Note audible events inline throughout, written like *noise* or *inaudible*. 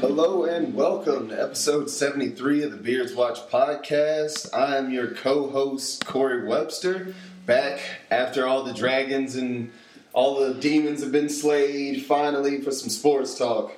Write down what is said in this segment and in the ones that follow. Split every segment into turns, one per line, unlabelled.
Hello and welcome to episode 73 of the Beards Watch podcast. I am your co host, Corey Webster, back after all the dragons and all the demons have been slayed, finally, for some sports talk.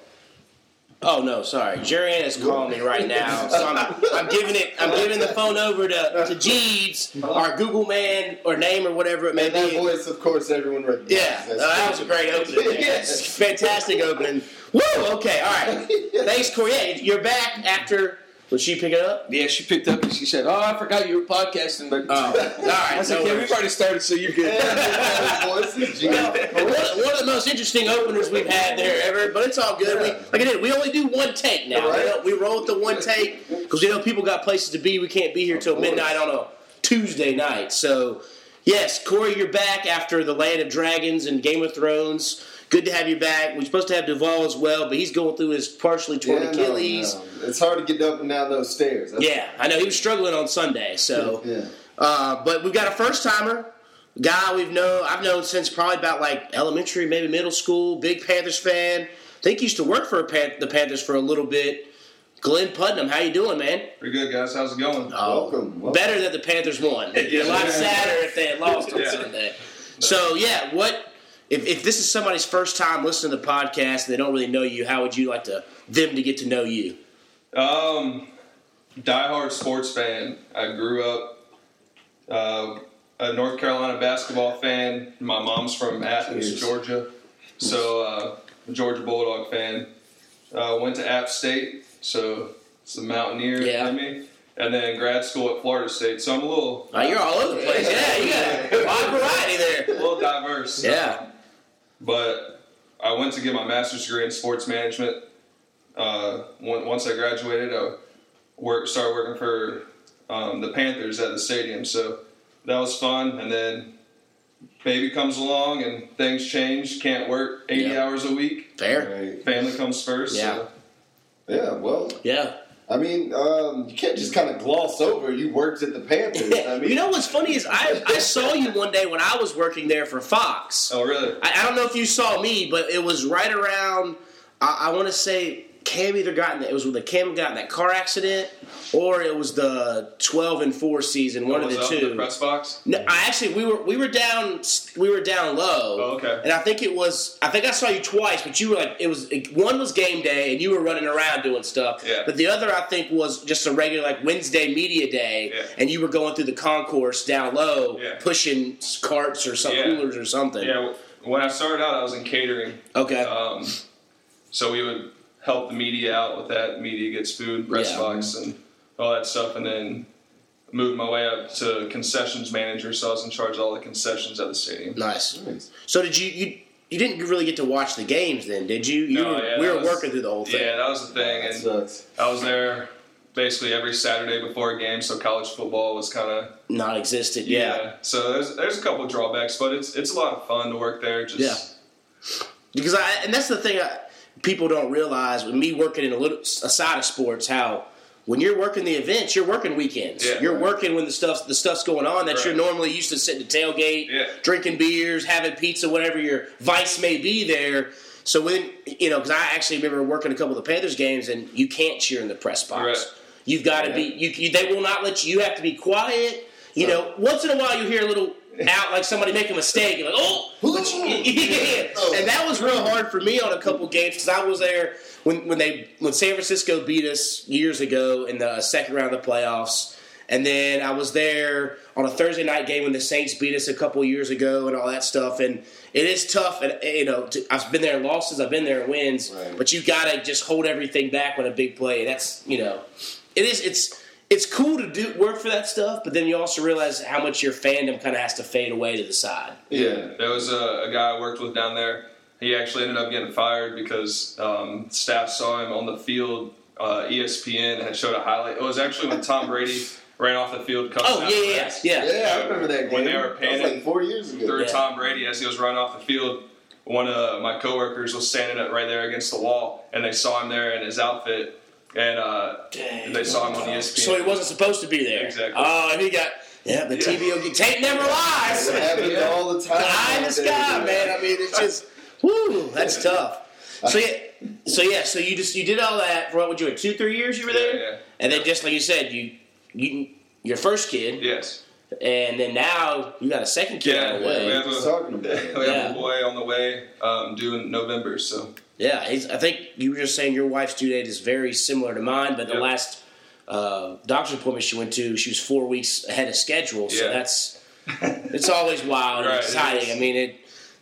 Oh no, sorry. Jerian is calling me right now, so I'm, I'm giving it. I'm giving the phone over to to Jeeves, our Google man or name or whatever it may
And that
be.
voice, of course, everyone recognizes.
Yeah, uh,
That's-
that was a great opening. man.
Yes.
fantastic opening. Woo! Okay,
*laughs*
all right. Thanks, Corey. Yeah, you're back after. Was she picking up?
Yeah, she picked up and she said, "Oh, I forgot you were podcasting." But uh,
Oh, all right.
I said,
no
"Yeah,
worries.
we've already started, so you're good."
*laughs* That voice is
Well,
genius.
one, one of the most interesting openers we've had there ever, but it's all good. We, like I did, we only do one take now.
Right.
We, don't- we roll with the one take because you know people got places to be. We can't be here till
course.
midnight on a Tuesday night. So, yes, Corey, you're back after the Land of Dragons and Game of Thrones. Good to have you back. We're supposed to have Duvall as well, but he's going through his partially torn
Yeah, no,
Achilles.
no. It's hard to get up and down those stairs. That's-
Yeah, I know he was struggling on Sunday. So,
Yeah.
uh, but we've got a first timer guy we've known. I've known since probably about like elementary, maybe middle school. Big Panthers fan. think he used to work for a Pan- the Panthers for a little bit. Glenn Putnam, how you doing, man?
Pretty good, guys. How's it going?
Oh,
Welcome, welcome.
Better that the Panthers won. It'd be a lot
*laughs* Yeah.
sadder if they had lost on
Yeah.
Sunday. So yeah, what if, if this is somebody's first time listening to the podcast and they don't really know you? How would you like to them to get to know you?
Um, diehard sports fan. I grew up uh, a North Carolina basketball fan. My mom's from Athens,
Jeez.
Georgia, so uh, Georgia Bulldog fan. Uh, went to App State, so it's the Mountaineer
Yeah.
in me. And then grad school at Florida State, so I'm a little,
Oh, you're all over the place. Yeah, you got a wide variety there.
a little diverse.
Yeah.
but I went to get my master's degree in sports management. Uh, on- once I graduated, I worked, started working for um, the Panthers at the stadium, so that was fun. And then baby comes along and things change. Can't work eighty
Yeah.
hours a week.
Fair.
Right.
Family comes first. so-
Yeah, well,
Yeah.
I mean, um, you can't just kind of gloss over. You worked at the Panthers. I mean,
you
*laughs*
know what's funny is I, I saw you one day when I was working there for Fox.
Oh, really?
I, I don't know if you saw me, but it was right around, I, I want to say Cam either got in, it was when the Cam got in that car accident or it was the 12 and 4 season, one of
Oh, Was
the
I up in The
two.
press box.
No, I actually we were we were down we were down low.
Oh, okay.
And I think it was I think I saw you twice, but you were like it was one was game day and you were running around doing stuff.
Yeah.
But the other I think was just a regular like Wednesday media day,
Yeah.
and you were going through the concourse down low,
Yeah.
pushing carts or some
Yeah.
coolers or something.
Yeah. When I started out, I was in catering.
Okay.
Um, so we would help the media out with that. Media gets food, press
Yeah.
box, and all that stuff. And then moved my way up to concessions manager, so I was in charge of all the concessions at the stadium.
nice.
Nice.
So did you you you didn't really get to watch the games then, did you? You
No,
were,
Oh, yeah,
we
that
were
was-
working through the whole thing.
Yeah, that was the thing.
that
And
sucks.
I was there basically every Saturday before a game, so college football was kind of
Non existent, yeah.
So there's there's a couple drawbacks, but it's it's a lot of fun to work there. Just
Yeah. because I and that's the thing I, people don't realize with me working in a little aside of sports how when you're working the events you're working weekends
Yeah.
you're working when the stuff the stuff's going on that you're
Right.
normally used to sitting at tailgate
Yeah.
drinking beers having pizza whatever your vice may be there so when you know because I actually remember working a couple of the Panthers games and you can't cheer in the press box
Right.
you've got to be you, you they will not let you you have to be quiet you know once in a while you hear a little out like somebody make a mistake you're like oh but you- *laughs* yeah. and that was real hard for me on a couple games because I was there when, when they when San Francisco beat us years ago in the second round of the playoffs, and then I was there on a Thursday night game when the Saints beat us a couple years ago and all that stuff. And it is tough, and eh, you know to, I've been there in losses, I've been there in wins,
Right.
but you got to just hold everything back when a big play. That's you know, it is it's. It's cool to do work for that stuff, but then you also realize how much your fandom kind of has to fade away to the side.
Yeah.
There was a, a guy I worked with down there. He actually ended up getting fired because um, staff saw him on the field. Uh, ESPN had showed a highlight. It was actually when Tom Brady ran off the field. cussing
Oh
out
yeah, yeah,
fans.
yeah. yeah.
Yeah, I remember that game.
When they were
that was like
panning.
four years ago.
Through
Yeah.
Tom Brady as he was running off the field, one of my coworkers was standing up right there against the wall, and they saw him there in his outfit, and uh, they saw him on E ESPN.
So he wasn't supposed to be there.
Exactly.
Oh, and he got yeah. The TV will get tape never
*laughs*
lies.
It happened all the time.
The eye in the sky, man. I mean, it's just whoo. That's tough. So yeah, so yeah, so you just you did all that for what would you? Two three years you were there,
Yeah, yeah.
and then just like you said, you you your first kid,
Yes. *laughs*
and then now you got a second kid
Yeah,
on the
yeah,
way.
we
Yeah,
have-
Just talking about
We
it.
*laughs* have
Yeah.
a boy on the way um, due in November, so
he's- I think you were just saying your wife's due date is very similar to mine, but the
Yeah.
last uh, doctor's appointment she went to, she was four weeks ahead of schedule. So
Yeah.
that's it's always wild and
Right, it
exciting.
is.
I mean it.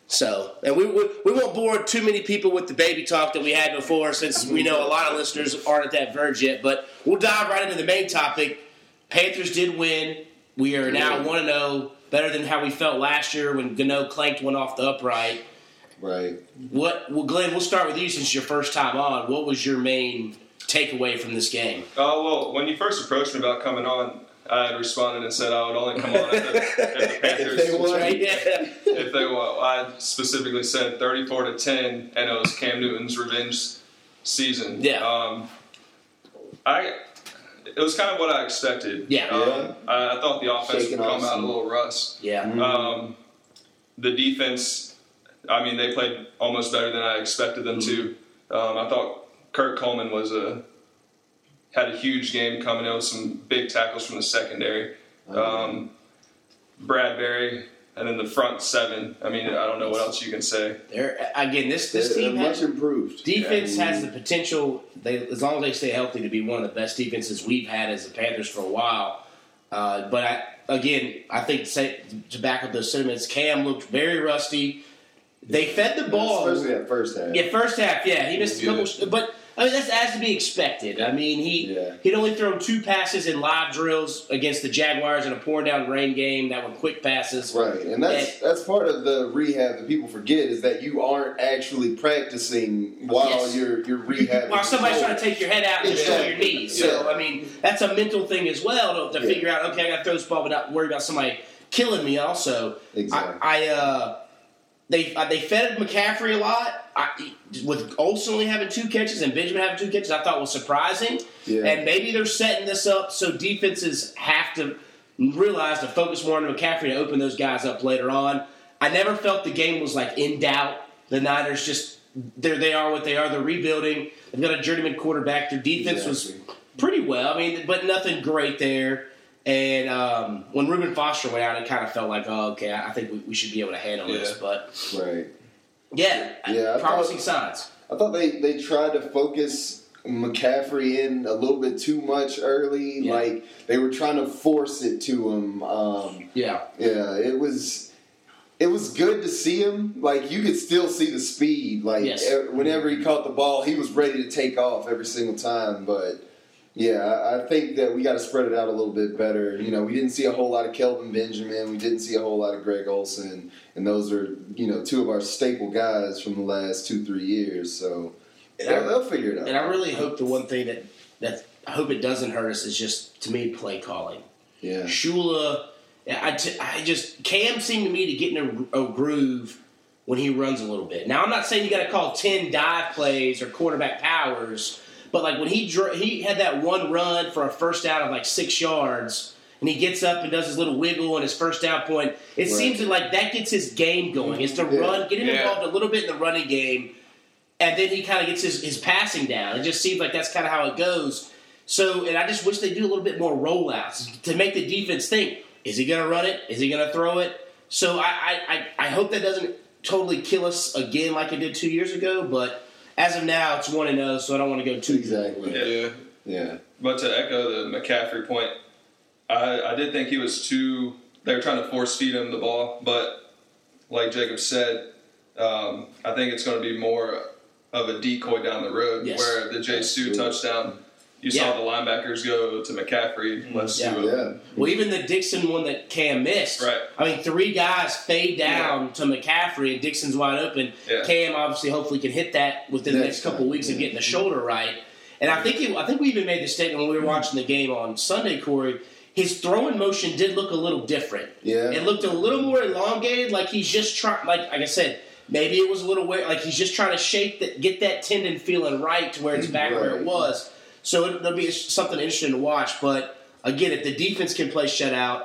So, and we, we we won't bore too many people with the baby talk that we had before, since we know a lot of listeners aren't at that verge yet. But we'll dive right into the main topic. Panthers did win. We are now one to zero, better than how we felt last year when Gano clanked one off the upright.
Right.
What, well, Glenn, we'll start with you since it's your first time on. What was your main takeaway from this
*laughs*
game?
Oh well, when you first approached me about coming on, I had responded and said I would only come on if the, if
*laughs*
the Panthers
If they won.
Right? Yeah.
if they won. I specifically said 34 to 10, and it was Cam Newton's revenge season.
Yeah.
Um, I it was kind of what I expected.
Yeah.
Um, I, I thought the offense
Shaking
would
off
come out a
some-
little rust.
Yeah.
Um, the defense, I mean, they played almost better than I expected them to. Um, I thought Kurt Coleman was a had a huge game coming in with some big tackles from the secondary. Um, Bradbury, and then the front seven. I mean, I don't know what else you can say.
There, again, this, this
They're
team has
much improved.
Defense has the potential, they, as long as they stay healthy, to be one of the best defenses we've had as the Panthers for a while. Uh, but I, again, I think say, to back up those sentiments, Cam looked very rusty. They fed the ball.
Especially that first half.
Yeah, first half. Yeah, he missed a couple,
Yeah.
but I mean that's as to be expected. I mean he
Yeah.
he'd only thrown two passes in live drills against the Jaguars in a pouring down rain game that were quick passes.
Right, and that's that's part of the rehab that people forget is that you aren't actually practicing while
Yes.
you're you're rehabbing.
While somebody's trying to take your head out and
Exactly.
show your knees. So,
Yeah.
I mean, that's a mental thing as well to, to
Yeah.
figure out, okay, I got to throw this ball, but not worry about somebody killing me also.
Exactly.
I, I uh, they uh, they fed McCaffrey a lot. I, with Olsen only having two catches and Benjamin having two catches, I thought was surprising.
Yeah.
And maybe they're setting this up so defenses have to realize to focus more on McCaffrey to open those guys up later on. I never felt the game was like in doubt. The Niners just there they are what they are. They're rebuilding. They've got a journeyman quarterback. Their defense was
Exactly.
pretty well. I mean, but nothing great there. And um, when Reuben Foster went out, it kind of felt like, oh, okay, I I think we, we should be able to handle this.
Yeah.
But
right.
yeah,
Yeah, I
promising signs.
I thought they, they tried to focus McCaffrey in a little bit too much early.
Yeah.
Like they were trying to force it to him. Um,
Yeah,
yeah, it was it was good to see him. Like you could still see the speed. Like
Yes.
e- whenever he caught the ball, he was ready to take off every single time. But yeah, I, I think that we got to spread it out a little bit better. You know, we didn't see a whole lot of Kelvin Benjamin. We didn't see a whole lot of Greg Olson, and those are you know two of our staple guys from the last two three years. So they'll, they'll figure it
and
out.
I really hope the one thing that that I hope it doesn't hurt us is just to me play calling.
Yeah,
Shula, I, t- I just Cam seemed to me to get in a, a groove when he runs a little bit. Now I'm not saying you got to call ten dive plays or quarterback powers, but like when he dr- he had that one run for a first down of like six yards. And he gets up and does his little wiggle and his first down point. It seems that like that gets his game going. Is to
Yeah.
run, get him
Yeah.
involved a little bit in the running game, and then he kind of gets his, his passing down. It just seems like that's kind of how it goes. So, and I just wish they do a little bit more rollouts to make the defense think: Is he going to run it? Is he going to throw it? So, I, I, I, I hope that doesn't totally kill us again like it did two years ago. But as of now, it's one and zero, so I don't want to go too
exactly.
Yeah.
Yeah.
Yeah,
But to echo the McCaffrey point, I, I did think he was too. They were trying to force feed him the ball, but like Jacob said, um, I think it's going to be more of a decoy down the road.
Yes.
Where the J. Sue
Absolutely.
touchdown, you
Yeah. Mm-hmm.
saw the linebackers go to McCaffrey. Let's
Yeah.
do it.
yeah.
Well, even the Dixon one that Cam missed.
Right.
I mean, three guys fade down to McCaffrey, and Dixon's wide open.
Yeah.
Cam obviously, hopefully, can hit that within the
Next
next couple
time,
weeks of
yeah.
getting the shoulder right. And I think he, I think we even made the statement
Mm-hmm.
when we were watching the game on Sunday, Corey. His throwing motion did look a little different.
Yeah.
It looked a little more elongated, like he's just trying. Like, like I said, maybe it was a little weird. Like he's just trying to shake that, get that tendon feeling right to where
Mm-hmm.
it's back where it
Right.
was. So it, it'll be something interesting to watch. But again, if the defense can uh, play shutout,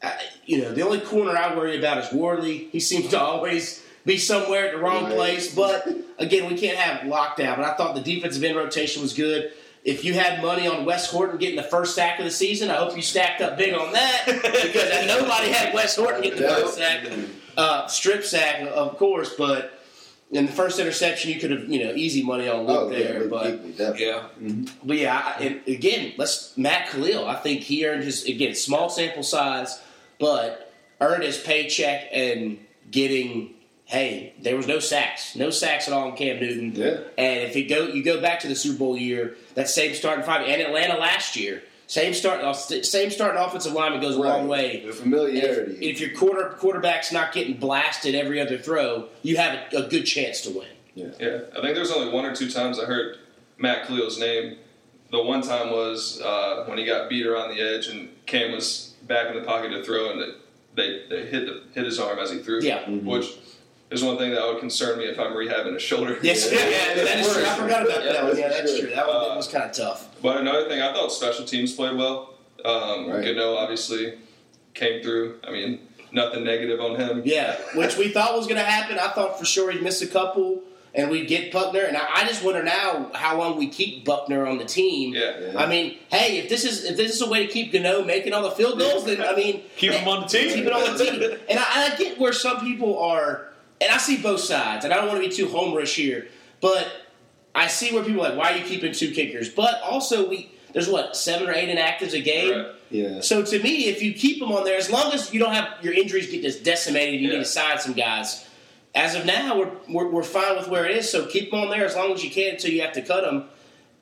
I, you know, the only corner I worry about is Worley. He seems to always be somewhere at the wrong
Right.
place. But again, we can't have lockdown. But I thought the defensive end rotation was good. If you had money on Wes Horton getting the first sack of the season, I hope you stacked up big
*laughs*
on that because nobody had Wes Horton getting the first sack, uh, strip sack, of course. But in the first interception, you could have you know easy money on Luke
Oh, yeah,
there.
Luke
but
Kuechly, definitely.
Yeah.
but yeah, I, and again, let's Matt Khalil. I think he earned his again small sample size, but earned his paycheck and getting. Hey, there was no sacks, no sacks at all in Cam Newton.
Yeah.
And if you go, you go back to the Super Bowl year, that same starting five, and Atlanta last year, same start, uh, same starting offensive lineman goes a long way.
The
If,
familiarity.
if your quarter quarterback's not getting blasted every other throw, you have a, a good chance to win.
Yeah, I think there's only one or two times I heard Matt Khalil's name. The one time was uh, when he got beat around the edge and Cam was back in the pocket to throw, and it, they they hit the, hit his arm as he threw.
Yeah.
Mm-hmm.
which is one thing that would concern me if I'm rehabbing a shoulder.
*laughs* Yes, yeah, yeah, that is true. I forgot about that one.
Yeah,
Yeah,
that's
that's
true.
true. That one
Uh,
was kind of tough.
But another thing, I thought special teams played well. Um,
Right.
Gano obviously came through. I mean, nothing negative on him.
Yeah, which we thought was going to happen. I thought for sure he'd miss a couple and we'd get Buckner. And I, I just wonder now how long we keep Buckner on the team.
Yeah.
Yeah.
I mean, hey, if this is if this is a way to keep Gano making all the field goals, then I mean,
Keep him on the team.
Keep it on the team. And I, I get where some people are, and I see both sides, and I don't want to be too homerish here, but I see where people are like, why are you keeping two kickers? But also, we there's what seven or eight inactives a game.
Right.
yeah.
So to me, if you keep them on there, as long as you don't have your injuries get just decimated, you
Yeah.
need to sign some guys. As of now, we're, we're we're fine with where it is. So keep them on there as long as you can until you have to cut them.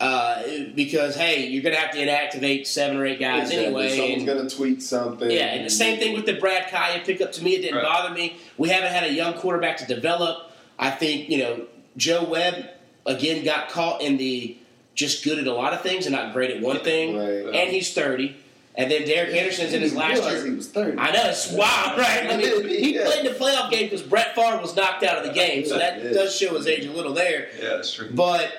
Uh, because hey, you're gonna have to inactivate seven or eight guys
Exactly.
anyway.
Someone's
and-
gonna tweet something.
yeah, and the same thing with the Brad Kaya pickup. To me, it didn't
Right.
bother me. We haven't had a young quarterback to develop. I think you know Joe Webb again got caught in the just good at a lot of things and not great at one thing,
Right.
and he's thirty. And then Derek Henderson's in his last
Realize
year.
He was thirty.
I know it's wild, *laughs* right? I mean, he
Yeah.
played in the playoff game because Brett Favre was knocked out of the game, so that
Yeah.
does show his age a little there.
Yeah, that's true.
But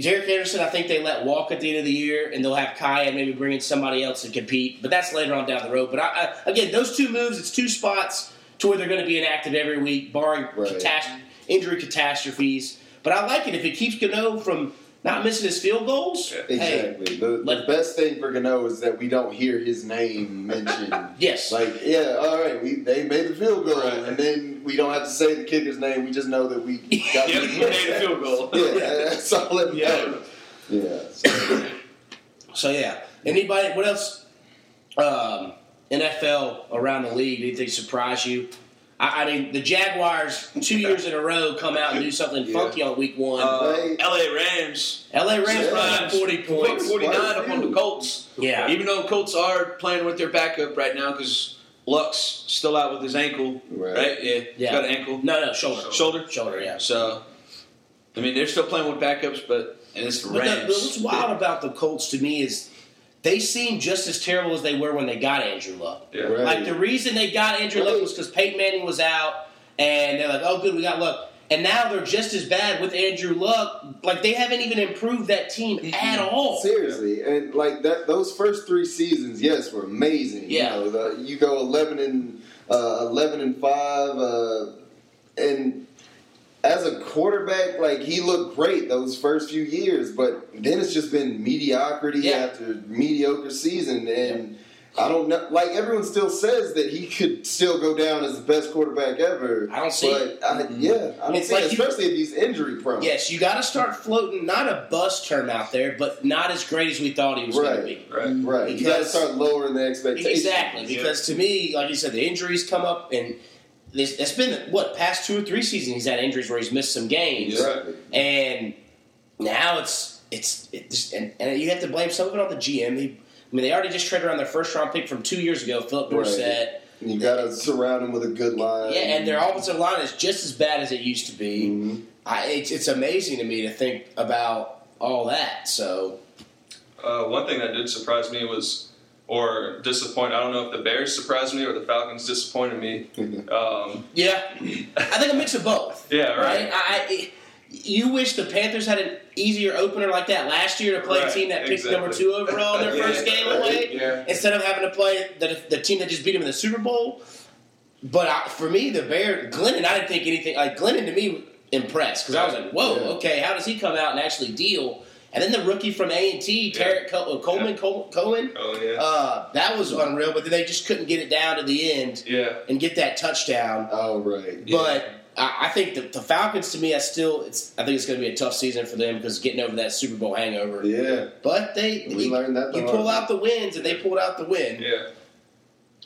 Derek Anderson, I think they let walk at the end of the year, and they'll have Kai and maybe bring in somebody else to compete. But that's later on down the road. But I, I, again, those two moves, it's two spots to where they're going to be inactive every week, barring
Right.
catas- injury catastrophes. But I like it if it keeps Gano from not missing his field goals.
Yeah.
Hey,
Exactly. the, the
let-
best thing for Gano is that we don't hear his name mentioned.
*laughs*
*laughs*
yes,
Like, yeah, all right, we they made the field goal,
Right.
and then we don't have to say the kicker's name. We just know that
*laughs*
we got
Yeah, he made a field goal.
*laughs* Yeah, that's all that
Yeah.
matters. Yeah. so-
So yeah. Anybody? What else? Um, NFL around the league. Anything surprise you? I, I mean, the Jaguars two years in a row come out and do something
Yeah.
funky on week one.
Uh,
Hey.
LA Rams
LA Rams
Yeah.
brought up
Rams,
forty
put
points.
49
Quite a
up on the
few.
Colts.
Yeah.
Even though Colts are playing with their backup right now because Luck's still out with his ankle.
Right.
Right? Yeah.
Yeah.
Got an ankle.
No, no, shoulder,
Shoulder.
shoulder. Yeah.
So, I mean, they're still playing with backups, but and it's the
But the- but what's
Rams.
wild about the Colts to me is they seem just as terrible as they were when they got Andrew Luck.
Yeah.
Right.
Like the reason they got Andrew Luck was because Peyton Manning was out, and they're like, "Oh, good, we got Luck." And now they're just as bad with Andrew Luck. Like they haven't even improved that team at all.
Seriously, and like that, those first three seasons, yes, were amazing.
Yeah.
you, know, the, you go eleven and uh, eleven and five, uh, and as a quarterback, like he looked great those first few years, but then it's just been mediocrity
Yeah.
after mediocre season, and I don't know. Like everyone still says that he could still go down as the best quarterback ever.
I don't see
but
it.
I, yeah, I don't
It's
see
like
it,
you-
especially if he's injury prone.
Yes, you got to start floating. Not a bust term out there, but not as great as we thought he was going to
Right.
be.
Right.
Right, you got to
Because-
start lowering the expectations.
Exactly, because to me, like you said, the injuries come up, and this, it's been what past two or three seasons he's had injuries where he's missed some games,
Exactly.
and now it's it's, it's and, and you have to blame some of it on the GM. He, I mean, they already just traded around their first round pick from two years ago, Philip
Right.
Dorsett.
And You gotta surround him with a good line.
Yeah, and their offensive line is just as bad as it used to be.
Mhm.
I, it's, it's amazing to me to think about all that. So
Uh, one thing that did surprise me was, or disappoint. I don't know if the Bears surprised me or the Falcons disappointed me. Um,
yeah, I think a mix of both.
*laughs* yeah.
right? I, I- you wish the Panthers had an easier opener like that last year to play a
Right,
team that picked
exactly.
number two overall in their
*laughs* Yeah,
first game away
Yeah.
instead of having to play the, the team that just beat them in the Super Bowl. But I, for me, the Bear Glennon, I didn't think anything like Glennon to me impressed because I was like, whoa,
Yeah.
okay, how does he come out and actually deal? And then the rookie from A and T, Tarek Col- Coleman, Col- Cohen,
Oh yeah,
uh, that was unreal. But then they just couldn't get it down to the end
yeah.
and get that touchdown.
All right.
But I, I think the, the Falcons, to me, I still, it's, I think it's going to be a tough season for them because getting over that Super Bowl hangover.
Yeah.
But they,
We
you,
learned that the
you
hard
pull
way.
out the wins, and they pulled out the win.
Yeah,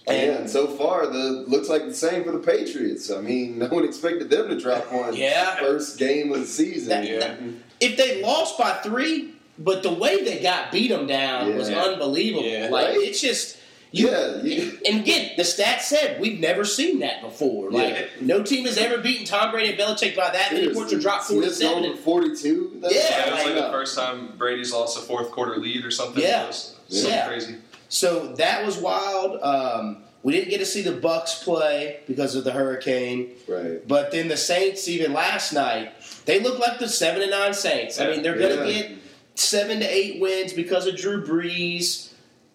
And,
And-
so far, the looks like the same for the Patriots. I mean, *laughs* no one expected them to drop one.
Yeah.
First game of the season.
That- that- if they lost by three, but the way they got beat them down was
Yeah.
unbelievable.
Yeah.
Like
Right?
it's just. You,
yeah. You,
And again, the stats said we've never seen that before. Like
Yeah.
no team has ever beaten Tom Brady and Belichick by that many points or dropped
Smith
forty seven.
going for 42. That's
Yeah,
yeah. It was
like,
like the first time Brady's lost a fourth quarter lead or something.
Yeah.
It was something
Yeah.
crazy.
So that was wild. Um, we didn't get to see the Bucks play because of the hurricane.
Right.
But then the Saints, even last night, they look like the seven and nine Saints. I mean, they're going to
Yeah.
get seven to eight wins because of Drew Brees,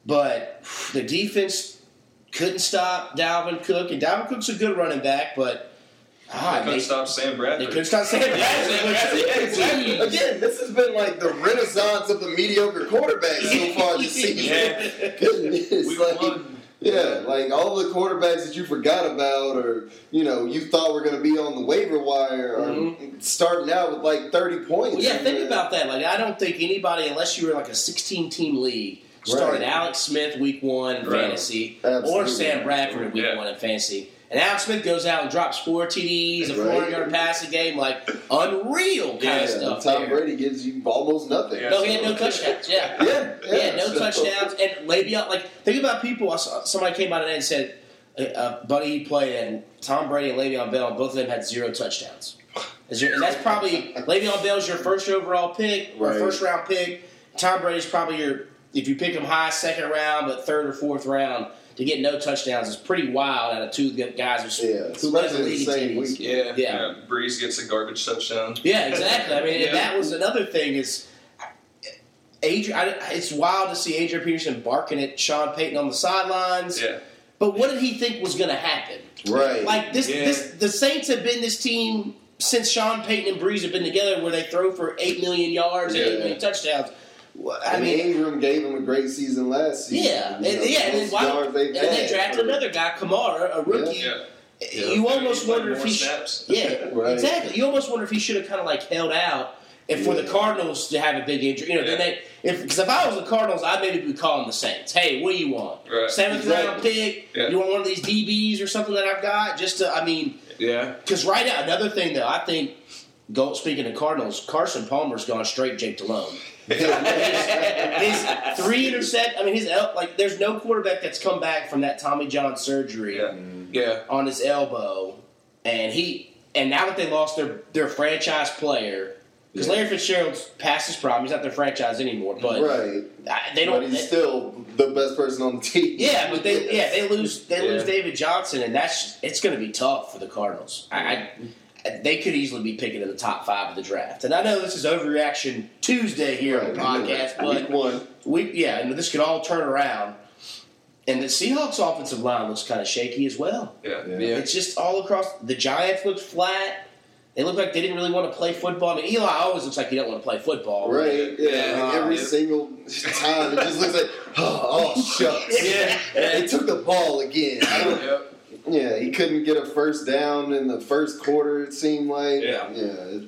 but the defense couldn't stop Dalvin Cook, and Dalvin Cook's a good running back, but
they
ah,
couldn't
they,
stop Sam
they
Bradford.
couldn't stop
*laughs*
Sam Bradford.
Exactly. Again, this has been like the renaissance of the mediocre quarterback so far *laughs* this season.
*laughs*
Yeah.
Goodness,
We
like,
won.
yeah, like all the quarterbacks that you forgot about, or you know, you thought were going to be on the waiver wire, or starting out with like thirty points.
Well, Mm-hmm. yeah, think
And, uh,
about that. Like, I don't think anybody, unless you were like a 16 team league, started
Right.
Alex Smith week one in fantasy or
Absolutely.
Sam Bradford in week
Yeah.
one in fantasy. And Alex Smith goes out and drops four TDs, a
Right.
400 yard passing game, like unreal kind
yeah,
of stuff.
Tom
there.
Brady gives you almost nothing.
Yeah.
No, he had no touchdowns. Yeah.
Yeah,
Yeah, no
so-
touchdowns. And Le'Veon, like, think about people. I saw, somebody came out today and said, uh, buddy he played, and Tom Brady and Le'Veon Bell, both of them had zero touchdowns. Is your- and that's probably, Le'Veon Bell's your first overall pick, or
Right.
first round pick. Tom Brady's probably your, if you pick him high, second round, but third or fourth round, to get no touchdowns is pretty wild out of two guys who,
Yeah,
who led the
especially the
league
same
in TDs.
weekend.
Yeah.
Yeah.
Breeze gets a garbage touchdown.
Yeah, exactly. I mean,
Yeah.
and that was another thing is Adrian. I, it's wild to see Adrian Peterson barking at Sean Payton on the sidelines.
Yeah,
But what did he think was going to happen?
Right.
Like this,
Yeah.
this, the Saints have been this team since Sean Payton and Breeze have been together, where they throw for eight million yards and eight
Yeah.
million touchdowns. Wha- I
I mean,
mean,
Ingram gave him a great season last season.
yeah, and,
You know,
yeah, and then
most
why,
yards
and
they've
then they
had.
drafted another guy, Kamara, a rookie.
yeah.
You almost
He played
wonder if
more
he. Sh-
snaps.
Yeah,
Right.
exactly. You almost wonder if he should have kind of like held out, and for the
Yeah.
Cardinals to have a big injury, you know, then they if because if I was the Cardinals, I'd maybe be calling the Saints. Hey, what do you want?
Right.
Seventh
Exactly.
round pick?
Yeah.
You want one of these DBs or something that I've got? Just to, I mean,
Yeah.
because right now another thing though, I think. Go, speaking of Cardinals, Carson Palmer's gone straight Jake Delhomme. His three intercept. I mean, his el- like. There's no quarterback that's come back from that Tommy John surgery
Yeah.
Yeah.
on his elbow, and he and now that they lost their their franchise player because Larry Fitzgerald's past his prime, he's not their franchise anymore. But
Right.
I- they don't.
but he's
they-
still the best person on the team.
yeah, but they yeah they lose they
Yeah.
lose David Johnson, and that's it's going to be tough for the Cardinals. I, I they could easily be picking in the top five of the draft, and I know this is overreaction Tuesday here on the podcast,
Week
but
one.
we yeah, and this could all turn around. And the Seahawks offensive line looks kind of shaky as well.
Yeah.
Yeah.
Yeah.
It's just all across. The Giants looked flat. They looked like they didn't really want to play football. I mean, Eli always looks like he don't want to play football.
Right. Yeah.
Yeah.
Like every
Yeah.
single time, it just looks like, *laughs* oh, oh, shucks.
Yeah.
They took the ball again. I don't-
Yep.
yeah, he couldn't get a first down in the first quarter. It seemed like.
Yeah.
It,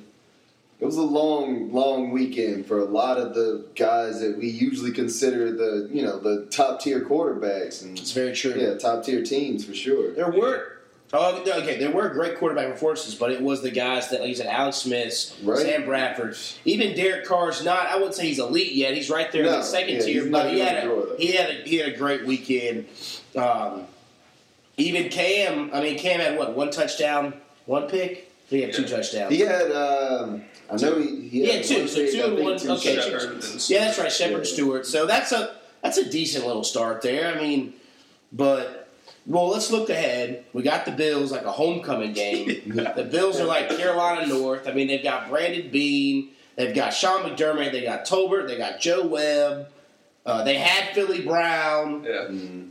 it was a long, long weekend for a lot of the guys that we usually consider the, you know, the top tier quarterbacks and
It's very true.
yeah, top tier teams for sure.
There were. Oh, okay. There were great quarterback performances, but it was the guys that, like you said, Alex Smith,
Right.
Sam Bradford, even Derek Carr's not. I wouldn't say he's elite yet. He's right there in
No,
the second
yeah,
tier,
he's
but
not
he
gonna
had
grow
a
though.
he had a, he had a great weekend. Um, even Cam. I mean, Cam had what one touchdown, one pick. He had two
Yeah.
touchdowns.
He had, um, I know he, he
Yeah,
had
two.
one
So
pick,
two
I
and
think
one-
two
okay,
shots.
two.
Shepard and
Yeah, that's right, Shepard
Yeah.
Stewart. So that's a that's a decent little start there. I mean, but well, let's look ahead. We got the Bills like a homecoming game. the Bills are like Carolina North. I mean, they've got Brandon Bean, they've got Sean McDermott, they got Tolbert, they got Joe Webb. Uh, they had Philly Brown.
Yeah.
Mm.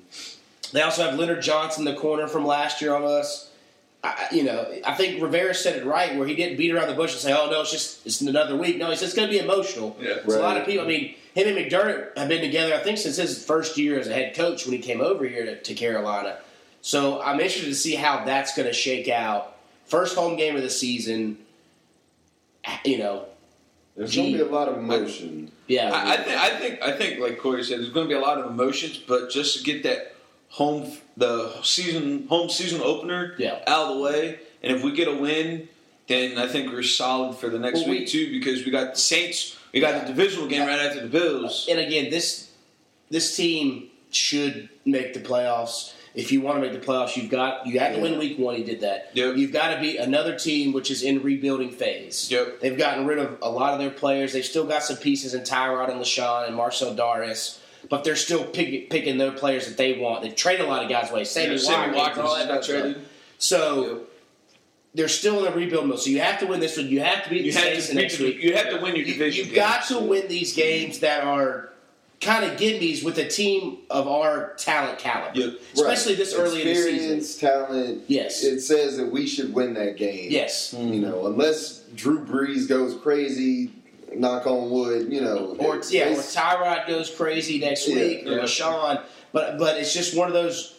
They also have Leonard Johnson, the corner from last year on us. I, I- you know, I think Rivera said it right, where he didn't beat around the bush and say, "Oh no, it's just it's another week." No, it's just going to be emotional.
Yeah.
It's a lot of people. I mean, him and McDermott have been together, I think, since his first year as a head coach when he came over here to, to Carolina. So I'm interested to see how that's going to shake out. First home game of the season. You know,
There's going to be a lot of emotion.
yeah.
I, I think I think I think like Corey said, there's going to be a lot of emotions, but just to get that home the season home season opener
Yeah.
out of the way, and if we get a win, then I think we're solid for the next
Well, we-
week too because we got the Saints, we got the divisional game right after the Bills.
and again, this this team should make the playoffs. If you want to make the playoffs, you've got you had to win week one. He did that.
Yep.
You've got to beat another team which is in rebuilding phase.
Yep.
They've gotten rid of a lot of their players. They've still got some pieces in Tyrod and LaShawn and Marcel Darius, but they're still pick, picking their players that they want. They trade a lot of guys away. Sammy
Yeah, Sammy
Watkins,
Watkins
all
is
that
not
other stuff.
traded.
So
Yep.
they're still in a rebuild mode. So you have to win this one. You have to beat
You
the
have
Saints
to
the next week.
you have to win your division.
You've
game.
got to win these games that are kind of gimmies with a team of our talent caliber,
Yeah, right.
especially this early in the season.
Experience, talent.
Yes.
It says that we should win that game.
Yes,
You know, unless Drew Brees goes crazy, knock on wood, you know.
or
it's-
yeah, or
it's-
Tyrod goes crazy next
Yeah,
week, or
yeah.
LaShawn. But but it's just one of those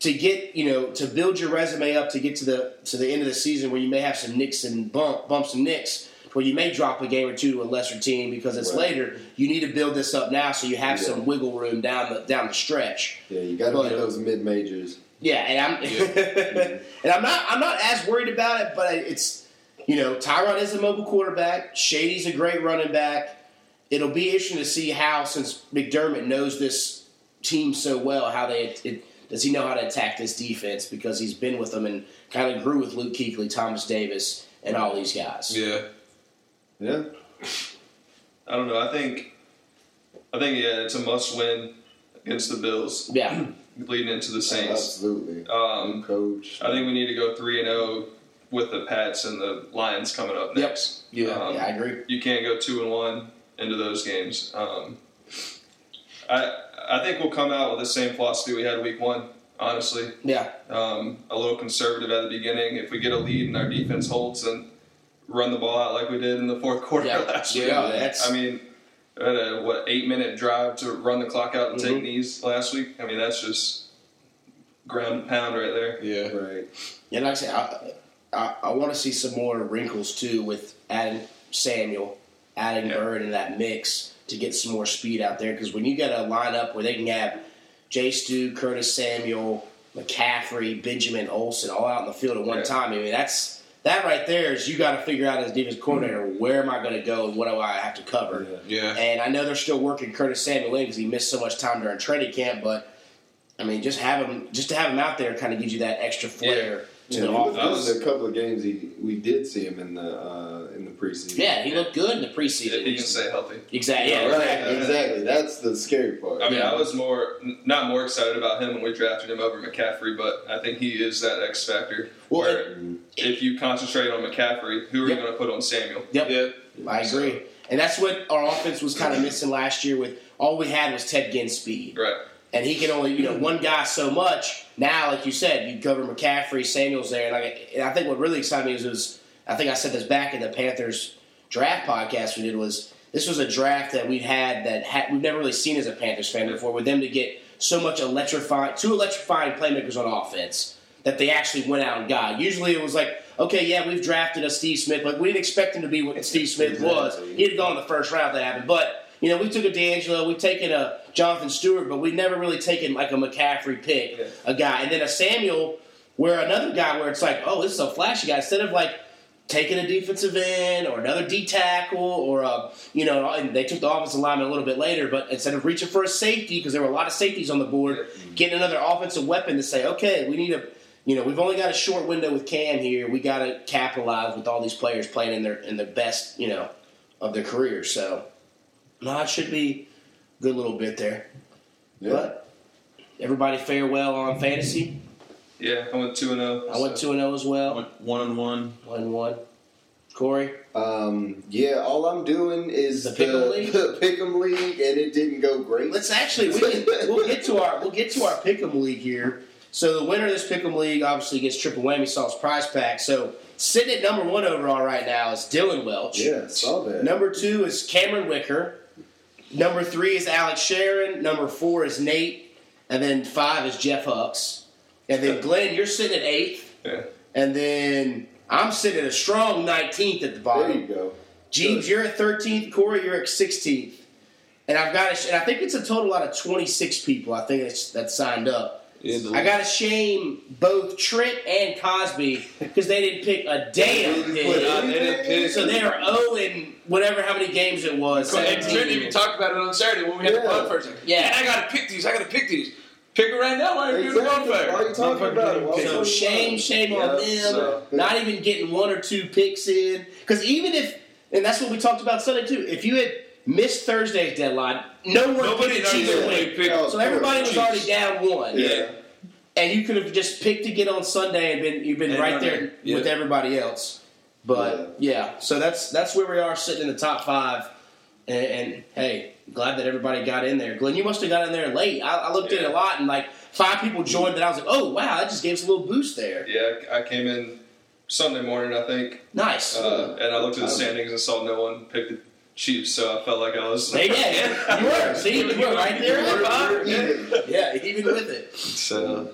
to get you know to build your resume up to get to the to the end of the season where you may have some nicks and bump bumps and nicks. Where you may drop a game or two to a lesser team because it's
Right.
later. You need to build this up now so you have
Yeah.
some wiggle room down the down the stretch.
yeah, you got to
But-
get those mid majors.
Yeah, and I'm *laughs* and I'm not I'm not as worried about it, but I- it's you know Tyrod is a mobile quarterback. Shady's a great running back. It'll be interesting to see how since McDermott knows this team so well, how they it, does he know how to attack this defense because he's been with them and kind of grew with Luke Kuechly, Thomas Davis, and all these guys.
yeah.
Yeah.
I don't know. I think, I think yeah, it's a must-win against the Bills,
Yeah,
leading into the Saints.
Absolutely.
Um,
Coach.
I think we need to go three and zero with the Pats and the Lions coming up
Yep.
next.
Yeah.
Um,
yeah, I agree.
you can't go two and one into those games. Um, I I think we'll come out with the same philosophy we had week one. Honestly,
Yeah,
um, a little conservative at the beginning. If we get a lead and our defense holds, then run the ball out like we did in the fourth *laughs* quarter
Yeah.
last
Yeah,
week.
that's-
I mean, we had a what eight minute drive to run the clock out and
Mm-hmm.
take knees last week. I mean, that's just ground and pound right there.
Yeah.
Right.
yeah. Like I said, I, I, I want to see some more wrinkles too with adding Samuel, adding
Yeah.
Bird in that mix to get some more speed out there. Because when you got a lineup where they can have J. Stu, Curtis Samuel, McCaffrey, Benjamin Olsen all out in the field at one
Yeah.
time, I mean that's that right there is you got to figure out as defense coordinator
Mm-hmm.
where am I going to go and what do I have to cover.
Yeah.
And I know they're still working Curtis Samuel in because he missed so much time during training camp, but I mean, just have him, just to have him out there, kind of gives you that extra flair to
Yeah,
the
he
offense.
looked
That
good
was-
in a couple of games. He, we did see him in the uh, in the preseason.
Yeah, he looked good in the preseason.
If he can stay healthy.
Exactly. Yeah,
Right,
exactly.
exactly. That's the scary part.
I mean,
Yeah.
I was more n- not more excited about him when we drafted him over McCaffrey, but I think he is that X factor.
Well,
where if you concentrate on McCaffrey, who are
Yep.
you going to put on Samuel?
Yep.
Yeah.
I agree. And that's what our offense was kind of missing last year. With all we had was Ted Ginn's speed,
Right.
and he can only you know one guy so much. Now, like you said, you cover McCaffrey, Samuel's there, and like and I think what really excited me was, was I think I said this back in the Panthers draft podcast we did was this was a draft that we'd had that had, we've never really seen as a Panthers fan before. With them to get so much electrifying, two electrifying playmakers on offense that they actually went out and got. Usually it was like, okay, yeah, we've drafted a Steve Smith, but we didn't expect him to be what Steve Smith was.
Exactly.
He had gone in the first round if that happened, but you know, we took a D'Angelo, we've taken a Jonathan Stewart, but we've never really taken like a McCaffrey pick,
Yeah.
a guy, and then a Samuel, where another guy where it's like, oh, this is a flashy guy. Instead of like taking a defensive end or another D tackle or a, you know, and they took the offensive lineman a little bit later, but instead of reaching for a safety because there were a lot of safeties on the board, getting another offensive weapon to say, okay, we need a, you know, we've only got a short window with Cam here. We got to capitalize with all these players playing in their in their best, you know, of their career. So, no, it should be a good little bit there.
yeah.
But everybody farewell on fantasy.
Yeah, I went two and oh. zero.
I went two and zero as oh well.
One on one.
One one. Corey.
Um, yeah, all I'm doing is
The Pick'em
*laughs*
League?
the Pick'em League, and it didn't go great.
Let's actually we can, we'll get to our we'll get to our pick'em league here. So the winner of this pick'em league obviously gets triple whammy sauce prize pack. So sitting at number one overall right now is Dylan Welch.
*laughs* yeah, I saw that.
Number two is Cameron Wicker. Number three is Alex Sharon. Number four is Nate, and then five is Jeff Hucks. And then Glenn, you're sitting at eighth,
Yeah.
and then I'm sitting at a strong 19th at the bottom.
there you go.
Jeeves, you're at 13th. Corey, you're at 16th. And I've got, a, and I think it's a total out of 26 people. I think it's, that signed up. I got to shame both Trent and Cosby because they didn't pick a damn
Not
thing. So they are owing whatever how many games it was.
And Trent
17.
even talked about it on Saturday when we had
Yeah.
the pod first.
Yeah.
Man, I gotta pick these. I gotta pick these. Pick it right now. Why are you doing the
Exactly. Why are
bonfire?
you talking about it? Why
So
would you
shame, shame
Yeah,
on them.
so-
Not even getting one or two picks in. Because even if, and that's what we talked about Sunday too. If you had missed Thursday's deadline, no one
Nobody
picked the Chiefs
knows
to
who
win.
they picked.
Oh,
So everybody was
Chiefs.
already down one,
Yeah.
and you could have just picked to get on Sunday and been you've been
And
right
on
there
there. Yeah.
with everybody else. But yeah. so that's that's where we are sitting in the top five. And, and hey, glad that everybody got in there. Glenn, you must have got in there late. I, I looked at it a lot, and like five people joined, and I was like, oh wow, that just gave us a little boost there.
Yeah, I I came in Sunday morning, I think,
Nice.
uh, and I looked at the standings and saw no one picked the Chiefs, so I felt like I was.
there *laughs* you go.
*laughs*
man. You were. See, you were right there. at the bottom.
Even.
*laughs* Yeah, even with it.
So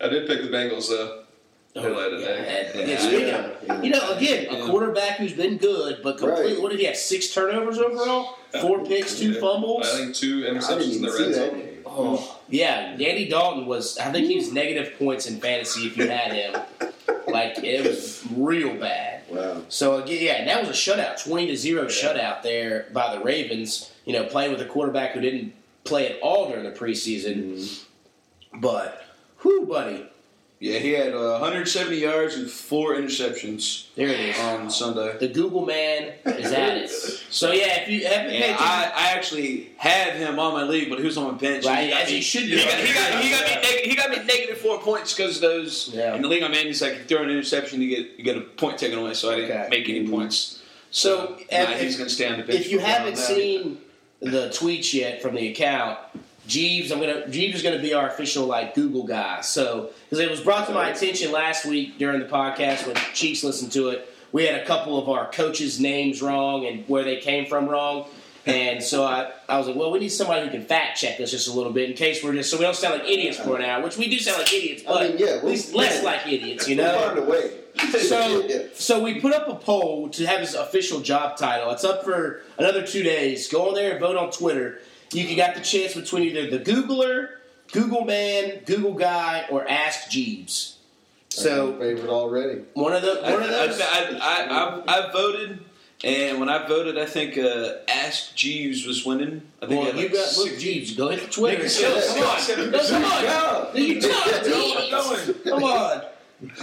I did pick the Bengals though. They're late today.
Oh, Yeah, speaking of-
Yeah.
You know, again, a
Yeah.
quarterback who's been good, but completely.
Right.
What did he have? Six turnovers overall,
*laughs*
four picks, two
Yeah.
fumbles.
I think two
I didn't
interceptions in
even
the
see
red
that.
zone.
Oh, yeah. Andy Dalton was. I think he was negative points in fantasy if you had him. like it was real bad.
Wow.
So again, yeah, and that was a shutout, twenty to zero shutout there by the Ravens. You know, playing with a quarterback who didn't play at all during the preseason.
Mm-hmm.
But who, buddy?
Yeah, he had uh, 170 yards and four interceptions
There it is.
on Sunday.
The Google man is at
*laughs*
it. So yeah, if you haven't
Yeah,
paid attention-
I, I actually had him on my league, but he was on my bench.
Right,
and got
as
me-
he should
He
do.
got, he got, he got me neg- he got me negative four points because of those.
Yeah.
In the league I'm in, it's like you throw an interception, you get you get a point taken away, so I didn't
Okay.
make any points.
so
nah,
if-
he's going to stay on the bench.
if you
for a while
haven't
now.
seen the tweets yet from the account, Jeeves, I'm gonna Jeeves is gonna be our official like Google guy. So because it was brought to my attention last week during the podcast when Cheeks listened to it, we had a couple of our coaches' names wrong and where they came from wrong. And so I, I was like, well, we need somebody who can fact check us just a little bit in case we're just so we don't sound like idiots for an hour, which we do sound like idiots,
I
but
mean, yeah,
at
we-
least less like idiots,
*laughs*
you know.
We'll find a way.
So,
*laughs* Yeah.
so we put up a poll to have his official job title. It's up for another two days. Go on there and vote on Twitter. You can- got the chance between either the Googler, Google Man, Google Guy, or Ask Jeeves. So
favorite already.
one of the
I,
one of those.
I, I, I, I, I voted, and when I voted, I think uh, Ask Jeeves was winning. I think
Well,
he had
you
like
got look,
six-
Jeeves. Go hit Twitter.
Nigga,
Come
shut up, shut
on,
up.
No, *laughs* come on.
Yeah.
You talk, Jeeves.
going.
Come on.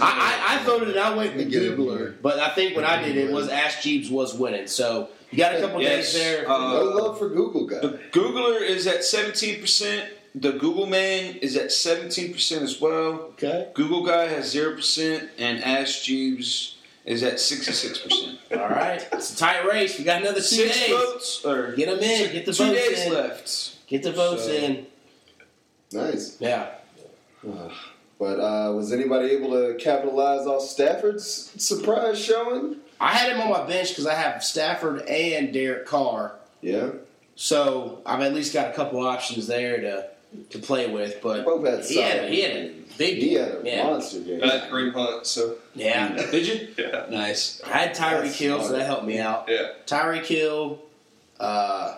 I, I, I voted and I went with
Get it.
Googler, but I think when I did it was Ask Jeeves was winning. So you got a couple
Yes.
days there.
Uh,
No love for Google guy.
The Googler is at 17%. The Google man is at 17% as well.
okay.
Google guy has 0%. And Ash Jeeves is
*laughs*
at 66%.
All right, it's a tight race. We got another two
Six
days.
votes. Or
Get 'em in. Get the
two
votes
days
in.
left.
Get the votes
So-
in.
Nice.
Yeah.
But uh, was anybody able to capitalize off Stafford's surprise showing?
I had him on my bench because I have Stafford and Derek Carr,
Yeah.
so I've at least got a couple options there to to play with. But
Both had
he had,
solid
he had a
games.
big
He had a
yeah.
monster game.
I had green punt, so
yeah.
Did you?
yeah,
Nice.
I had Tyree
That's
Kill, so
smart.
that helped me out.
yeah.
Tyree Kill. Uh,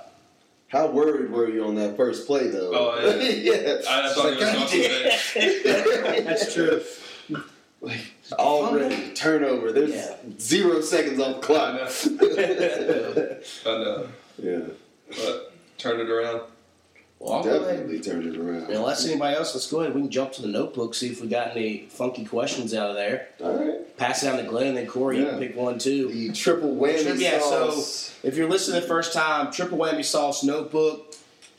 How worried were you on that first play, though?
Oh, yeah.
*laughs* yeah.
I, I thought he was going to bench.
that's true.
Already turnover. There's
Yeah.
zero seconds off the clock.
I know,
*laughs* yeah,
uh, but turned it around.
Well, I'll go ahead.
definitely turned it around.
Unless anybody else, let's go ahead. We can jump to the notebook, see if we got any funky questions out of there.
All right.
Pass it down to Glenn, and then Corey, you can
Yeah.
pick one too.
The triple whammy
Yeah, so-
sauce.
If you're listening the first time, Triple Whammy Sauce Notebook.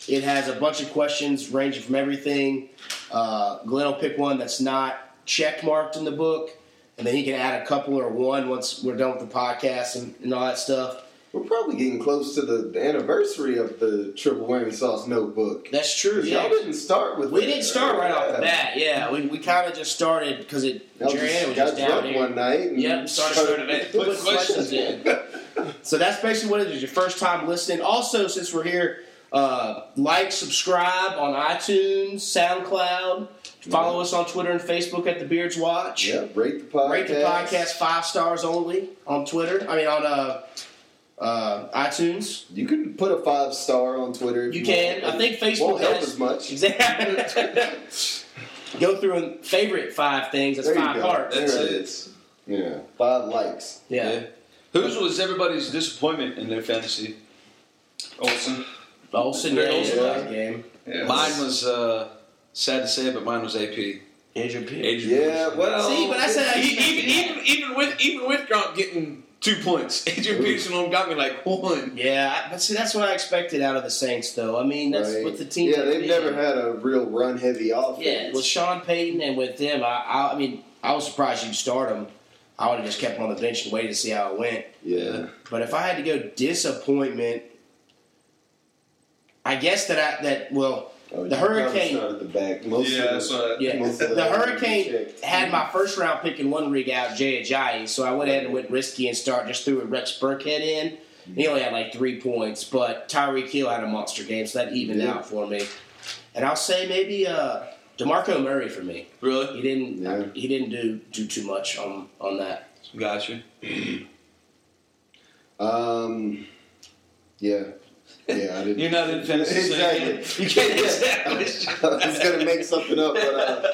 It has a bunch of questions ranging from everything. Uh, Glenn will pick one that's not check marked in the book, and then you can add a couple or one once we're done with the podcast and, and all that stuff.
We're probably getting close to the, the anniversary of the Triple Whammy Sauce Notebook.
That's true.
Y'all didn't start with
We
that,
didn't start right off the bat. Yeah, we, we kind of just started because it
Y'all
Joanna
just
was just
got
down
drunk
here.
one night. and
Yep, started started it. Put questions in. *laughs* So that's basically what it is. Your first time listening. Also, since we're here, uh, like, subscribe on iTunes, SoundCloud. Follow us on Twitter and Facebook at the Beards Watch.
Yep, rate the podcast.
Rate the podcast five stars only on Twitter. I mean on uh, uh, iTunes.
You can put a five star on Twitter. If
You
you,
can.
Want.
I think Facebook
won't help
has-
as much.
Exactly. *laughs* Go through and favorite five things. That's
There you
five
go.
parts.
There
That's
it
it.
is. Yeah, five likes.
Yeah.
Whose was everybody's disappointment in their fantasy?
Olson.
Olsen, yeah,
Very Olsen.
yeah. game.
Yeah.
Mine was uh, sad to say, but mine was AP.
Andrew P.
Adrian
Yeah, well,
See, but I said
Peterson. E- even, even even with even with Gronk getting two points, *laughs* Adrian
Ooh.
Peterson only got me like one.
Yeah, I- but see, that's what I expected out of the Saints, though. I mean, that's
right.
what the team.
Yeah, they've never had a real run heavy offense.
Yeah, with Sean Payton and with them, I, I, I mean, I was surprised you start him. I would have just kept him on the bench and waited to see how it went.
yeah.
But if I had to go disappointment, I guess that I that well,
Oh,
The
you probably
Hurricane-
started the back. Most
Yeah,
of
that's what I-
yeah,
Most of
the
that
Hurricane
checked.
had my first round pick in one rig out, Jay Ajayi, so I went ahead and went risky and start just threw a Rex Burkhead in. He only had like three points, but Tyreek Hill had a monster game, so that evened
Yeah.
out for me. And I'll say maybe uh, Demarco Murray for me.
Really?
He didn't.
Yeah.
He didn't do do too much on on that.
*laughs*
Gotcha.
Um, yeah, yeah, I didn't.
You're not in fantasy. so you can't-
Exactly.
You can't
*laughs*
establish.
I was gonna make something up, but uh,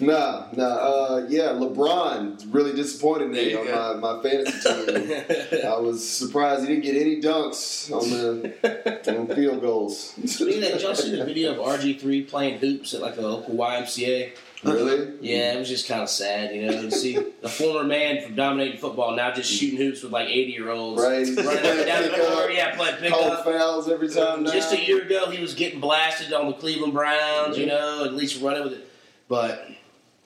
nah, nah. Uh, yeah, LeBron really disappointed
There
me
you
on my, my
go.
fantasy team.
*laughs*
I was surprised he didn't get any dunks on the on field goals.
*laughs* Did that- did y'all see the video of RG three playing hoops at like the local YMCA?
Really?
Yeah, it was just kind of sad, you know. To see the former man from dominating football now just shooting hoops with like eighty year olds.
Right? He's
Running up and down the court, yeah, playing
Called
pickup.
fouls every time. Now.
Just a year ago, he was getting blasted on the Cleveland Browns, you know, at least running with it. But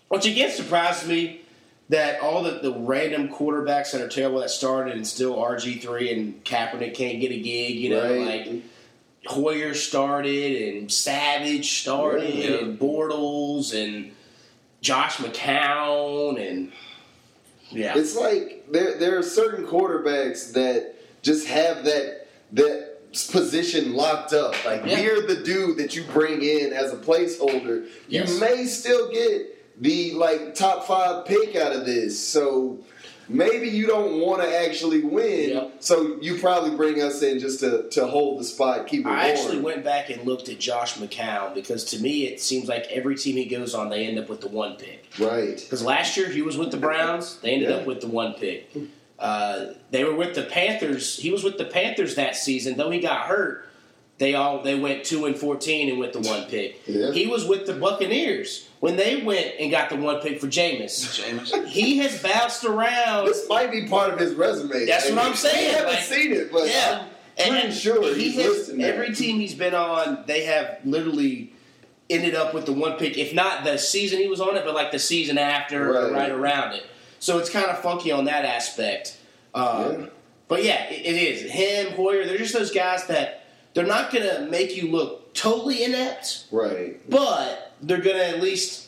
which again surprised me that all the, the random quarterbacks that are terrible that started and still RG three and Kaepernick can't get a gig, you know,
Right.
like Hoyer started and Savage started
Yeah.
and Bortles and Josh McCown and yeah.
It's like there there are certain quarterbacks that just have that that position locked up. Like
Yeah.
you're the dude that you bring in as a placeholder. You
Yes.
may still get the like top five pick out of this. So maybe you don't want to actually win.
Yep.
So you probably bring us in just to, to hold the spot, keep it
I actually
warm.
went back and looked at Josh McCown because to me it seems like every team he goes on they end up with the one pick.
right.
Because last year he was with the Browns, they ended
Yeah.
up with the one pick. Uh, they were with the Panthers. He was with the Panthers that season, though he got hurt. They all they went two and fourteen and with the one pick.
*laughs* Yeah.
He was with the Buccaneers when they went and got the one pick for Jameis.
James.
He has bounced around.
This might be part of his resume.
That's what I'm saying,
I haven't
like-
seen it, but
Yeah,
I'm pretty sure
he
he's
has-
listening.
Every team he's been on, they have literally ended up with the one pick, if not the season he was on it, but like the season after or
Right.
right around it. So it's kind of funky on that aspect. Um,
Yeah.
But yeah, it, it is him, Hoyer. They're just those guys that they're not going to make you look totally inept,
right.
but they're going to at least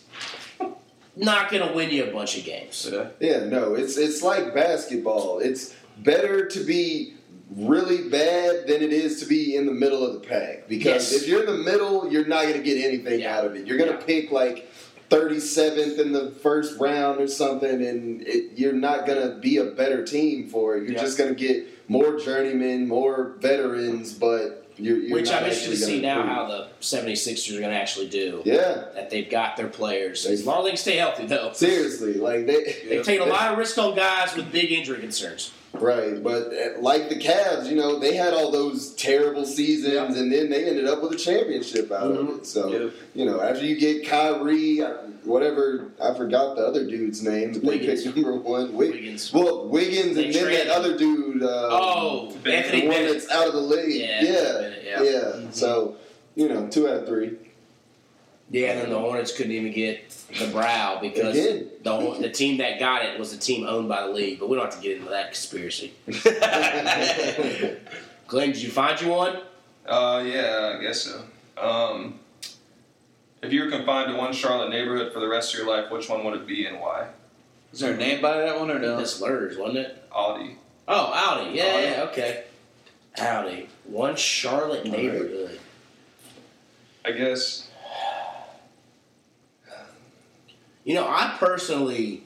not going to win you a bunch of games.
Yeah.
Yeah, no, it's it's like basketball. It's better to be really bad than it is to be in the middle of the pack because
Yes.
if you're in the middle, you're not going to get anything
Yeah.
out of it. You're going to
Yeah.
pick like 37th in the first round or something, and it, you're not going to be a better team for it. You're
Yeah.
just going to get more journeymen, more veterans, but you're, you're
Which
not
I'm interested to
actually
see
gonna
now
improve.
how the 76ers are going to actually do.
Yeah,
that they've got their players.
They-
As long as they can stay healthy, though.
seriously, like they *laughs*
They've taken a lot of risk on guys with big injury concerns.
Right, but uh, like the Cavs, you know, they had all those terrible seasons, and then they ended up with a championship out
Mm-hmm.
of it. *laughs* So,
Yep.
you know, after you get Kyrie, uh, whatever, I forgot the other dude's name. *laughs* But they
Wiggins.
picked number one. Wig-
Wiggins.
Well, Wiggins,
They
and then
traded.
that other dude. Uh,
Oh,
the
Anthony
one
Bennett.
that's out of the league.
Yeah, Mm-hmm.
Yeah,
Anthony Bennett, yeah. *laughs*
yeah. So, you know, two out of three.
Yeah, and then the Hornets couldn't even get the brow because
They did.
the the team that got it was a team owned by the league. But we don't have to get into that conspiracy. Glenn, did you find you one?
Uh, yeah, I guess so. Um, if you were confined to one Charlotte neighborhood for the rest of your life, which one would it be and why?
Is there a name by that one or no?
That's Lurs, wasn't it?
Audi.
Oh, Audi. Yeah,
Audi.
yeah, okay. Audi. One Charlotte neighborhood.
I guess.
You know, I personally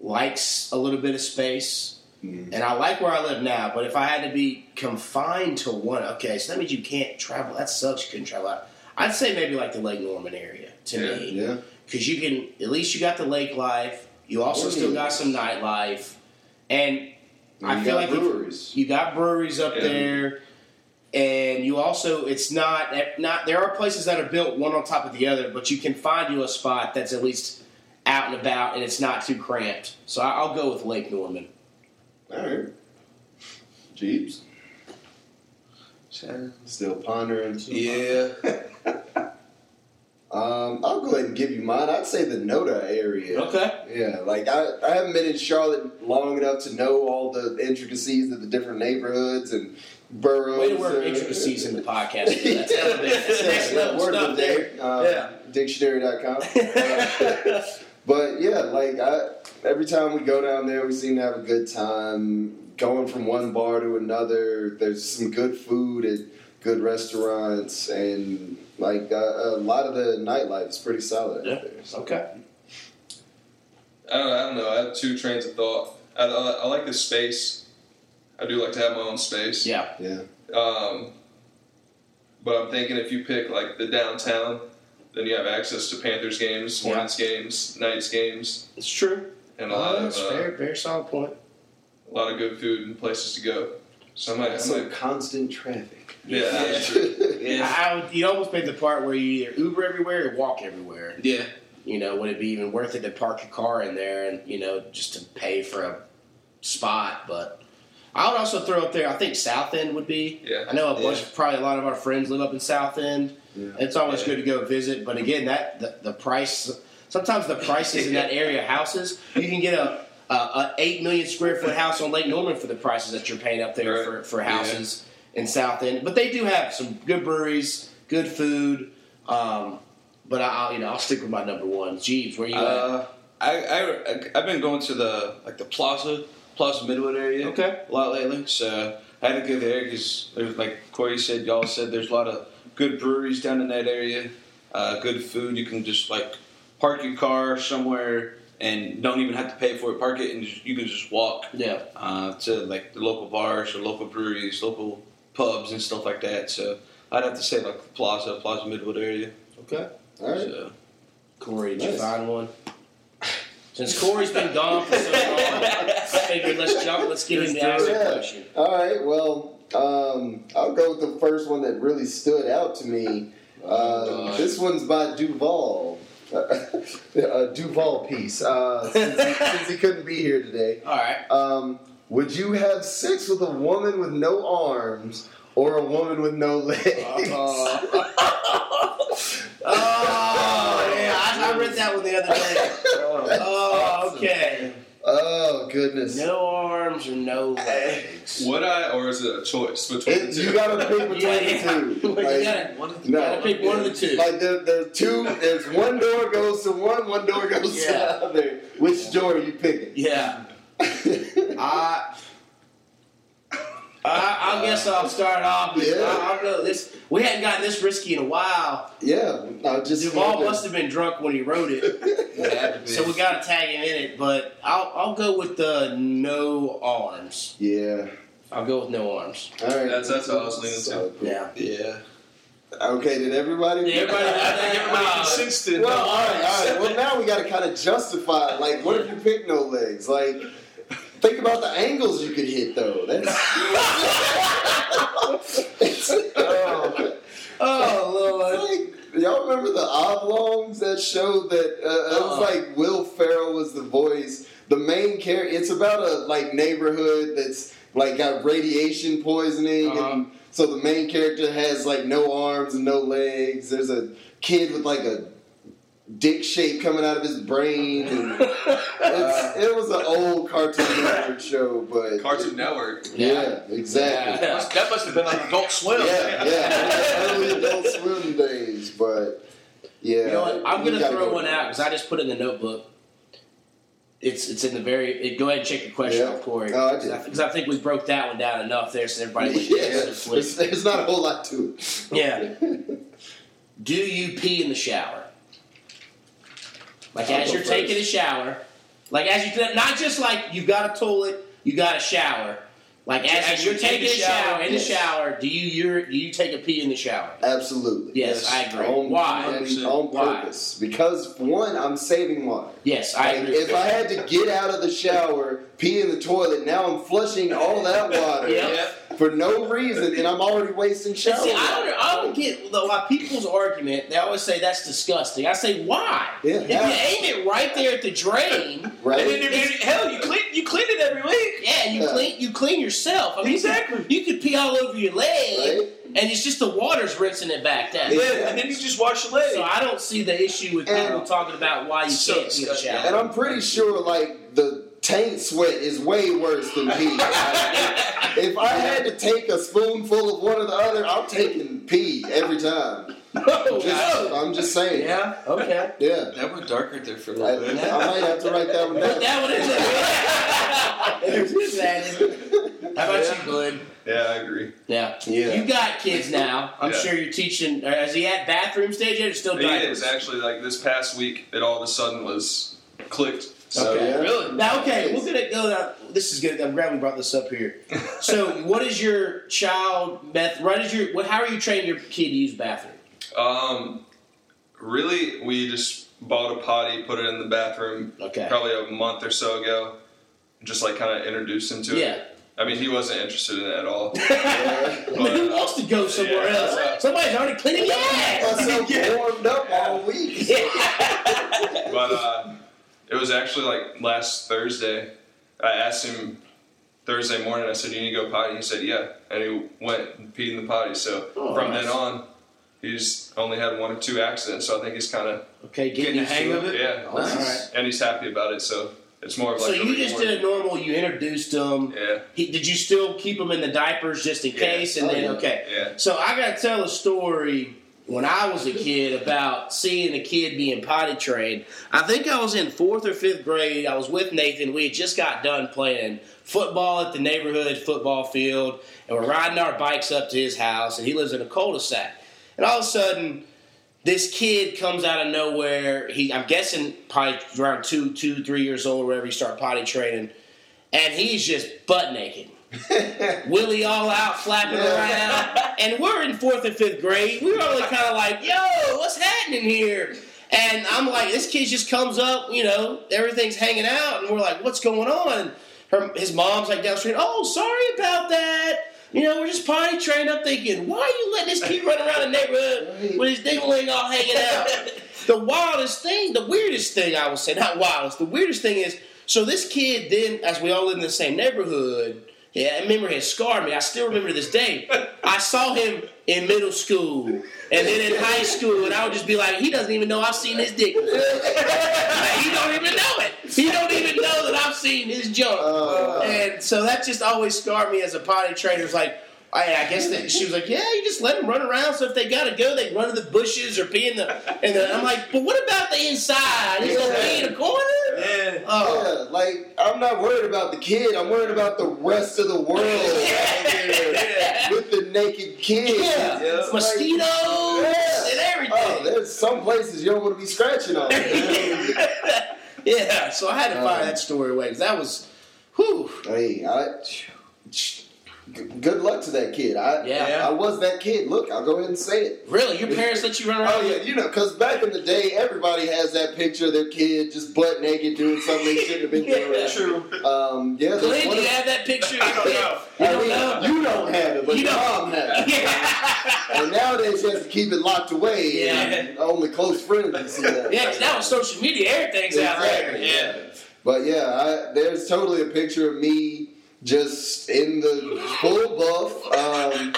likes a little bit of space,
Mhm.
and I like where I live now. But if I had to be confined to one, okay, so that means you can't travel. That sucks. You couldn't travel out. I'd say maybe like the Lake Norman area to
Yeah,
*laughs*
me,
Yeah.
because you can at least you got the lake life. You also
Or
still
the-
got some nightlife, and I
You
feel
got
like if-
breweries.
you got breweries up
Yeah.
there, and you also it's not not there are places that are built one on top of the other, but you can find you a spot that's at least out and about and it's not too cramped. So I, I'll go with Lake Norman.
All right. Jeeps. Still pondering. *laughs*
Yeah.
Um, I'll go ahead and give you mine. I'd say the Noda area.
Okay.
Yeah, like I, I haven't been in Charlotte long enough to know all the intricacies of the different neighborhoods and boroughs.
Way to work
uh,
intricacies in the
*laughs*
podcast.
*laughs*
yeah,
That's elevated. Next level
word
stuff
of the
there.
day. Uh,
Yeah.
Dictionary.com.
*laughs*
Uh, but yeah, like I, every time we go down there, we seem to have a good time. Going from one bar to another, there's some good food at good restaurants, and like uh, a lot of the nightlife is pretty solid
Yeah.
out there. So.
Okay.
I don't, I don't know. I have two trains of thought. I, I, I like the space. I do like to have my own space.
Yeah.
Yeah.
Um, but I'm thinking if you pick like the downtown, then you have access to Panthers games,
Yeah.
Hornets games, Knights games,
It's true.
and a lot
Oh,
of
that's
uh,
fair, very solid point.
a lot of good food and places to go. So I might, I
Some
might
constant traffic.
yeah,
*laughs*
that's true.
yeah.
Yeah.
I, I would- you almost made the part where you either Uber everywhere or walk everywhere.
Yeah.
you know, would it be even worth it to park your car in there and, you know, just to pay for a spot? But I would also throw up there, I think South End would be.
Yeah.
I know a bunch,
Yeah.
probably a lot of our friends live up in South End. It's always
Yeah.
good to go visit. But again, that the, the price, sometimes the prices
*laughs*
in that area of houses, you can get a, a, a 8 million square foot house on Lake Norman for the prices that you're paying up there
Right.
for, for houses in South End. But they do have some good breweries, good food. Um, but I, I'll, you know, I'll stick with my number one. Jeeves, where you at?
Uh, I, I I've been going to the like the Plaza Plaza Midwood area.
Okay.
A lot lately, so I had to go there because there's like Corey said, y'all said there's a lot of good breweries down in that area. Uh, good food. You can just like park your car somewhere and don't even have to pay for it. Park it and just, you can just walk
Yeah.
uh, to like the local bars or local breweries, local pubs and stuff like that. So I'd have to say like the Plaza Plaza Midwood area.
Okay.
All right.
So.
Corey, did you
Nice.
find one? Since Corey's been gone for so long, I figured let's jump, let's get him to ask a
Yeah.
question.
All right. Well, um, I'll go with the first one that really stood out to me. Uh,
God.
this one's by Duval. *laughs* a Duval piece. Uh, since,
*laughs*
he, since he couldn't be here today,
All right.
um, would you have sex with a woman with no arms or a woman with no legs?
Uh-huh. Oh, yeah. I, I read that one the other day. Oh, okay.
*laughs* oh goodness!
No arms or no legs.
Would I, or is it a choice between
It-
the two?
you gotta pick between
Yeah. *laughs*
the two.
You
Like,
gotta,
One of the
no.
gotta pick one of the two.
Like there, there are two. There's one door goes to one, one door goes to
Yeah.
the other. Which door are you picking? *laughs*
Yeah. I, I, I guess I'll start off. With,
Yeah.
I, I don't know this. We hadn't gotten this risky in a while.
yeah, I just
Duval must have been drunk when he
*laughs*
wrote it, so we got to tag him in it. But I'll, I'll go with the no arms.
Yeah.
I'll go with no arms.
All right.
That's- that's what I was leaning to.
Solid pick.
Yeah.
Yeah.
Okay. Did everybody? *laughs*
Yeah, everybody- I think
*laughs*
everybody
consistent.
Well, all right, all right. Well, now we got to kind of justify. Like, what if you pick no legs? Like, think about the angles you could hit, though. That's. It's- oh.
Oh Lord.
Like, y'all remember the oblongs that showed that uh, it was like Will Ferrell was the voice, the main character. It's about a like neighborhood that's like got radiation poisoning, and so the main character has like no arms and no legs. There's a kid with like a dick shape coming out of his brain. And
*laughs*
it's, it was an old Cartoon Network show, but
Cartoon Network.
Yeah, exactly.
That must, that must have been like Adult Swim.
Yeah, yeah. Early Adult Swim days, but yeah.
You know what? I'm
you
gonna
gotta
throw
go-
one out because I just put it in the notebook. It's it's in the very. It, go ahead and check your question
Yeah.
out, Corey.
Oh, I did.
Because I, think we broke that one down enough there, so everybody went
*laughs* Yeah,
yes to sleep.
it's, it's not a whole lot to it.
Yeah. *laughs* Do you pee in the shower? Like
I'll
as
go
you're taking a shower, like as you not just like you got a toilet, you got a shower. Like as,
As
you're
you're
taking a
in the
shower,
shower,
in
yes.
the shower, do you your do you take a pee in the shower?
Absolutely.
Yes, I agree.
On,
Why?
On, on
Why?
purpose. Because, one, I'm saving water.
Yes, I
Like,
agree.
if I had to get out of the shower, pee in the toilet, now I'm flushing all that water
*laughs* Yep.
for no reason, and I'm already wasting shower.
See, I
water.
don't, I don't get though, why people's argument. They always say that's disgusting. I say why?
Yeah.
if you aim it right there at the drain,
Right?
And then if you, hell, you clean you clean it every week.
yeah, you
Yeah.
clean you clean yourself. I mean,
Exactly.
You could pee all over your leg,
Right.
and it's just the water's rinsing it back down.
Yeah.
and then you just wash your leg.
So I don't see the issue with
And-
people talking about why you
So
can't pee in the
disgusting.
*laughs*
shower.
And I'm pretty sure, like, the taint sweat is way worse than pee. if I had to take a spoonful of one or the other, I'm taking pee every time. Just- I'm just saying.
yeah. Okay.
Yeah.
That went dark right there for a
I,
little bit.
I might have to write that one
Put
down.
that one in there. How about you, Glenn?
Yeah, I agree.
Yeah.
Yeah.
You got kids now. I'm
Yeah.
sure you're teaching. Or is he at bathroom stage yet or still
He
diapers?
is actually like this past week. It all of a sudden was clicked. So
Okay. Yeah.
Really?
Now, okay, we're gonna go. Down. This is good. I'm glad we brought this up here. So, what is your child meth? What is your? What, how are you training your kid to use bathroom?
Um, really, we just bought a potty, put it in the bathroom,
Okay.
probably a month or so ago. Just like kind of introduced him to
Yeah.
it. I mean, he wasn't interested in it at all.
I mean, who wants to go somewhere
Yeah.
else? Somebody's already cleaning your ass. *laughs*
Myself warmed up all week.
But uh, it was actually like last Thursday. I asked him Thursday morning. I said, "You need to go potty." He said, "Yeah," and he went and peed in the potty. So
Oh,
from
nice.
then on, he's only had one or two accidents. So I think he's kind of
Okay, getting
Getting the
used
hang
to
of
it.
it.
yeah,
All right.
and he's happy about it. So it's more of like
So
a
you just
reward.
did a normal. You introduced them.
yeah,
He, did you still keep them in the diapers just in
Yeah.
case? And
Oh,
then
yeah.
okay.
Yeah.
So I gotta tell a story when I was a kid about seeing a kid being potty trained. I think I was in fourth or fifth grade. I was with Nathan. We had just got done playing football at the neighborhood football field, and we're riding our bikes up to his house, and he lives in a cul-de-sac. And all of a sudden, this kid comes out of nowhere. He, I'm guessing, probably around two, two, three years old, wherever he started potty training, and he's just butt naked, Willie all out, flapping around. And we're in fourth and fifth grade. We were all kind of like, "Yo, what's happening here?" And I'm like, this kid just comes up, you know, everything's hanging out, and we're like, "What's going on?" Her, his mom's like downstream. Oh, sorry about that. You know, we're just potty trained. I'm thinking, why are you letting this kid run around the neighborhood with his dingling all hanging out? the wildest thing, the weirdest thing I would say, not wildest, the weirdest thing is, so this kid then, as we all live in the same neighborhood, yeah, I remember his scarred me. I still remember this day. I saw him in middle school and then in high school, and I would just be like, he doesn't even know I've seen his dick. Like, he don't even know it. He don't even know that I've seen his junk.
Uh,
And so that just always scarred me as a potty trainer. It's like, I, I guess that she was like, yeah, you just let them run around. So if they gotta go, they run to the bushes or pee in the. And then I'm like, but what about the inside? He's gonna pee in a corner.
Yeah.
Oh,
yeah, like I'm not worried about the kid. I'm worried about the rest of the world out
*laughs*
there with the naked kids.
yeah,
It's like,
mosquitoes
Yeah.
and everything.
Oh, there's some places you don't want to be scratching on.
*laughs* yeah, so I had to
Um,
fire that story away 'cause that was, whew.
*laughs* hey, I. Good luck to that kid. I,
Yeah.
I was that kid. Look, I'll go ahead and say it.
Really, your parents let you run around?
Oh yeah, you know, because back in the day, everybody has that picture of their kid just butt naked doing something they shouldn't have been
Yeah,
doing.
True.
Um, yeah, that's
Glenn,
one
do you
of-
have that picture?
I don't know.
You
I
don't
mean,
know.
You don't have it, but
You
your
don't-
mom has it.
*laughs* Yeah,
And nowadays, she has to keep it locked away.
Yeah.
And only close friends can see that.
yeah, 'cause now with social media, everything's out there.
Exactly. But yeah, I, there's totally a picture of me just in the full buff. Um,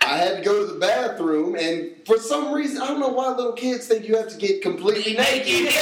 I had to go to the bathroom, and for some reason, I don't know why little kids think you have to get completely naked.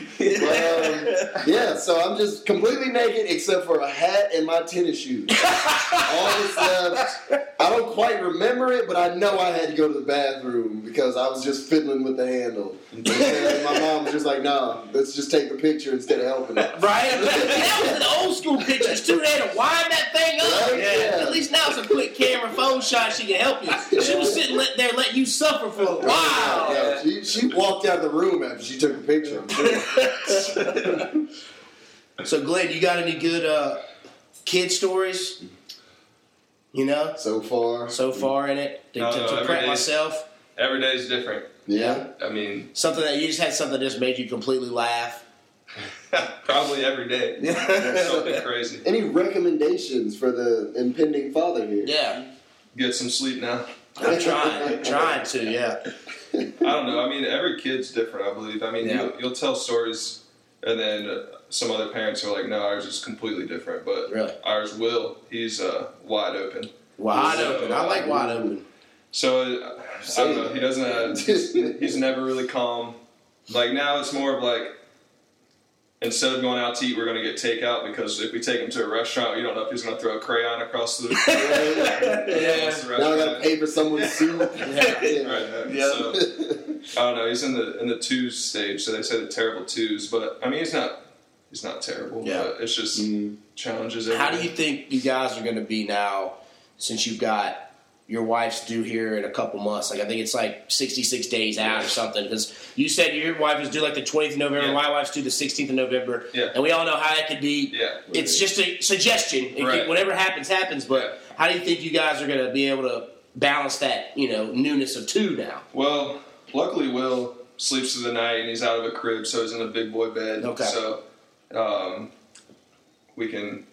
*laughs* But, um, yeah, so I'm just completely naked except for a hat and my tennis
*laughs*
shoes. All that's left, I don't quite remember it, but I know I had to go to the bathroom because I was just fiddling with the handle. And my mom was just like, nah, let's just take a picture instead of helping it. *laughs*
Right? that was in the old school pictures too. They had to wind that thing up.
Right, yeah.
At least now it's a quick camera phone shot. She can help you. She was sitting let, there letting you suffer for a while.
Yeah, she, she walked out of the room after she took a picture. I'm sure.
*laughs* So Glenn, you got any good uh, kid stories? You know,
So far,
so far in it to,
No,
to,
no,
to
Uh, every
prep
day.
myself.
Every day is different.
yeah.
I mean, *laughs*
Something that you just had something that just made you completely laugh.
probably every day.
*laughs*
It's something crazy.
Any recommendations for the impending father here?
Yeah,
Get some sleep now.
I'm trying, I'm trying to. Yeah,
I don't know. I mean, every kid's different. I believe. I mean,
Yeah.
you'll, you'll tell stories, and then uh, some other parents are like, "No, ours is completely different." But
Really?
ours will. He's uh, wide open.
wide open. I like wide open.
So uh, I don't know. He doesn't.
*laughs*
Have, he's never really calm. Like now, it's more of like. Instead of going out to eat, we're going to get takeout because if we take him to a restaurant, you don't know if he's going to throw a crayon across the. *laughs* across the
Now I gotta
restaurant.
pay for someone's
*laughs*
suit. yeah.
Right. So, I don't know. He's in the in the twos stage, so they say the terrible twos. But I mean, he's not he's not terrible.
Yeah. Mm.
But it's just challenges.
How do
everything.
you think you guys are going to be now, since you've got your wife's due here in a couple months? Like I think it's like 66 days out or something. Because you said your wife is due like the 20th of November,
Yeah.
my wife's due the 16th of November,
Yeah.
and we all know how that could be.
Yeah.
It's just a suggestion. It could-
Right.
whatever happens, happens. But how do you think you guys are going to be able to balance that, you know, newness of two now?
Well, luckily Will sleeps through the night and he's out of a crib, so he's in a big boy bed.
Okay.
So um, we can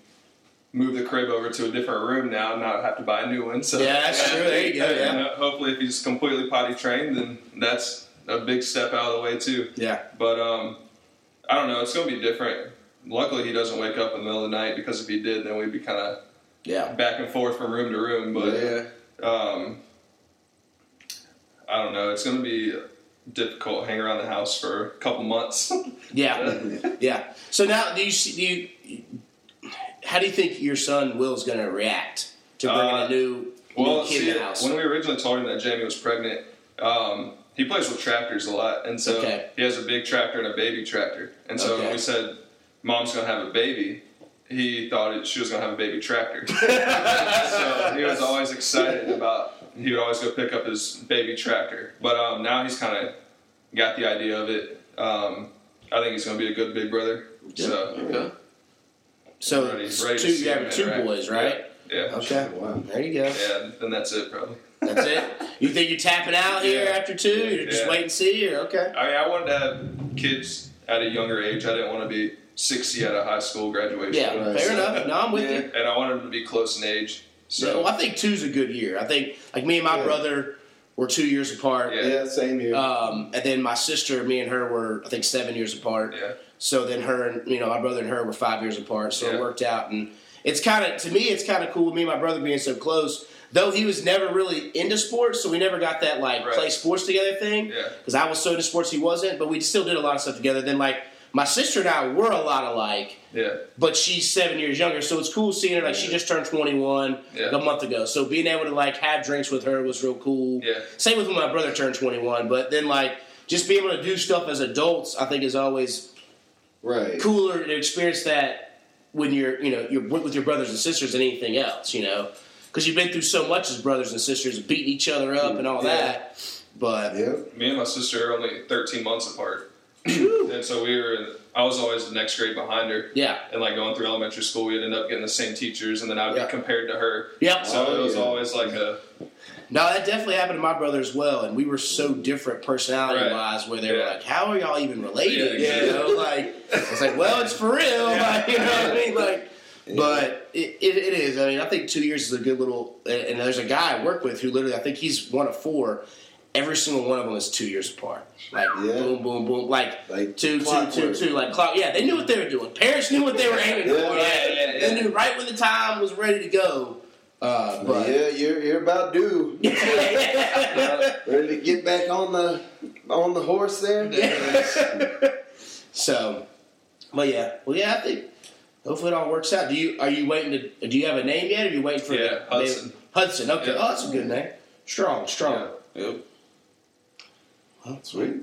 move the crib over to a different room now and not have to buy a new one. So
Yeah, that's true. There you go.
And,
Yeah.
uh, hopefully, if he's completely potty trained, then that's a big step out of the way too.
Yeah.
But um, I don't know. It's going to be different. Luckily, he doesn't wake up in the middle of the night because if he did, then we'd be kind of
Yeah.
back and forth from room to room. But
Yeah.
um, I don't know. It's going to be difficult. Hang around the house for a couple months. *laughs*
Yeah. Yeah. So now, do you see, do you, how do you think your son Will's going to react to bringing
Uh,
a new,
well,
new kid
see,
in the house?
when we originally told him that Jamie was pregnant, um, he plays with tractors a lot, and so
Okay.
he has a big tractor and a baby tractor. And so
Okay.
when we said mom's going to have a baby, he thought it, she was going to have a
*laughs*
baby tractor. so he was always excited about. He would always go pick up his baby tractor, but um, now he's kind of got the idea of it. Um, I think he's going to be a good big brother. So
so
ready,
it's
ready to
two,
see
you
him
have two
interact.
boys, right?
Yeah, yeah,
Okay.
Wow.
There you go.
yeah. Then that's it, probably.
That's it. You think you're tapping out here
Yeah.
after two? You're just
Yeah.
wait and see, or okay?
I mean, I wanted to have kids at a younger age. I didn't want to be 60 at a high school graduation.
Yeah.
Right.
Fair enough. No, I'm with you.
And I wanted them to be close in age.
Yeah,
So,
well, I think two's a good year. I think like me and my
Yeah.
brother were two years apart.
Yeah.
Yeah, same here.
Um, and then my sister, me and her were I think seven years apart.
Yeah.
So then her and you know my brother and her were five years apart. So it
Yeah.
worked out, and it's kind of to me it's kind of cool. Me and my brother being so close, though he was never really into sports, so we never got that like
Right.
play sports together thing.
Yeah.
Because I was so into sports, he wasn't, but we still did a lot of stuff together. Then like my sister and I were a lot alike
yeah.
but she's seven years younger, so it's cool seeing her. Like she just turned twenty one
Yeah.
a month ago, so being able to like have drinks with her was real cool.
Yeah.
Same with when my brother turned twenty one, but then like just being able to do stuff as adults, I think is always
right.
cooler to experience that when you're you know you're with with your brothers and sisters than anything else, you know, because you've been through so much as brothers and sisters, beating each other up and all
Yeah.
that. But
Yep.
Me and my sister are only 13 months apart. and so we were, I was always the next grade behind her.
yeah,
And like going through elementary school, we'd end up getting the same teachers, and then I'd
Yeah.
be compared to her.
yeah.
So
Oh,
it was
yeah.
always like a,
No, that definitely happened to my brother as well, and we were so different personality wise. Where they were
Yeah.
like, "How are y'all even related?"
Yeah,
You know, like it's like, "Well, it's for real." Like, you know what I mean? Like, but it, it, it is. I mean, I think two years is a good little. And there's a guy I work with who literally, I think he's one of four. Every single one of them is two years apart. Like
Yeah.
boom, boom, boom. Like,
Like
two, two,
clockwork.
two, two. Like clock. Yeah, they knew what they were doing. Parents knew what they were aiming for.
Yeah,
Like,
yeah, yeah.
They knew right when the time was ready to go.
Uh,
but-
yeah, you're you're about due. *laughs* Ready to get back on the on the horse
*laughs*
there?
so, but yeah, well, yeah, I think hopefully it all works out. Do you are you waiting to? Do you have a name yet? Or are you waiting for
Yeah,
the,
Hudson.
Hudson. Okay,
Yeah.
oh, that's a good name. Strong, strong.
*laughs*
Yep.
Sweet.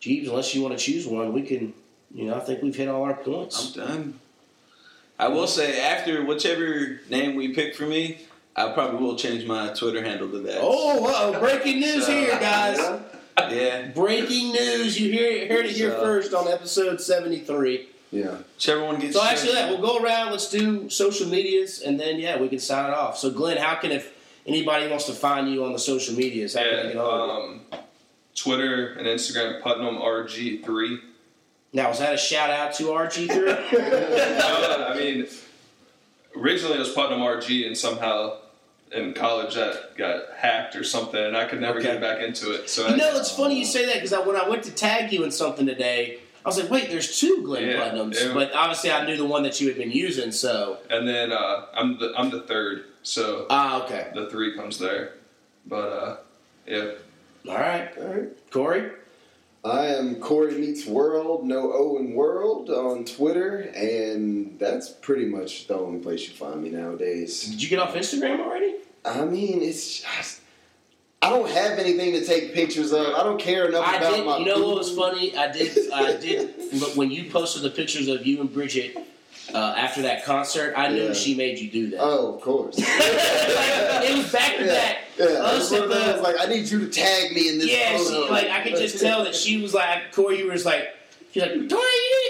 Jeeves, unless you want to choose one, we can. You know, I think we've hit all our
I'm
points.
done. I will say after whichever name we pick for me, I probably will change my Twitter handle to that.
Oh, uh-oh, breaking news
So-
here, guys!
yeah.
Breaking news! You hear it, heard it here
So-
first on episode seventy-three.
Yeah.
Whichever one gets.
So actually, yeah,
chosen.
we'll go around. Let's do social medias, and then yeah, we can sign it off. So Glenn, how can if anybody wants to find you on the social medias? How can they
And,
get on?
um, Twitter and Instagram, Putnam RG3.
Now, is that a shout out to
*laughs*
RG3?
No, I mean, originally it was Putnam RG, and somehow in college that got hacked or something, and I could never
Okay.
get back into it. So
you
I,
know, it's funny you say that because I, when I went to tag you in something today, I was like, wait, there's two Glenn
Yeah,
Putnams,
yeah.
but obviously I knew the one that you had been using. So
and then uh, I'm the I'm the third, so
ah, okay,
the three comes there. But uh, yeah,
all right,
All right.
Corey.
I am Corey Meets World, no O in World on Twitter, and that's pretty much the only place you find me nowadays.
Did you get off Instagram already?
I mean, it's just I don't have anything to take pictures of. I don't care enough
I
about
did.
my.
You know what was
food.
funny? I
*laughs*
did. I did. but when you posted the pictures of you and Bridget uh, after that concert, I knew
Yeah.
she made you do that.
Oh, of course.
*laughs* Like, it was back to
Yeah,
back.
yeah.
Us
That's one
at
of those,
the-
like I need you to tag me in this.
Yeah, she,
photo.
like I could just tell that she was like Corey. You were just like she's like Corey. You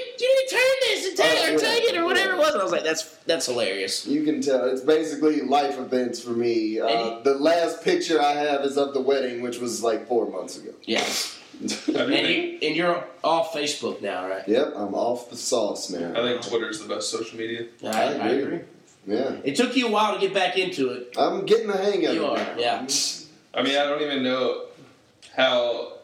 need, you need to turn this and tag
Oh,
or
yeah.
tag it or whatever it was. And I was like, that's that's hilarious.
*laughs* You can tell it's basically life events for me.
And
Uh, the last picture I have is of the wedding, which was like four months ago.
Yeah,
I, mean,
and you and you're off Facebook now, right?
*laughs* Yep, I'm off the sauce now.
I think Twitter is the best social media.
I agree. Yeah,
It took you a while to get back into it.
I'm getting the hang of
You
it. Oh,
are,
now.
yeah.
I mean, I don't even know how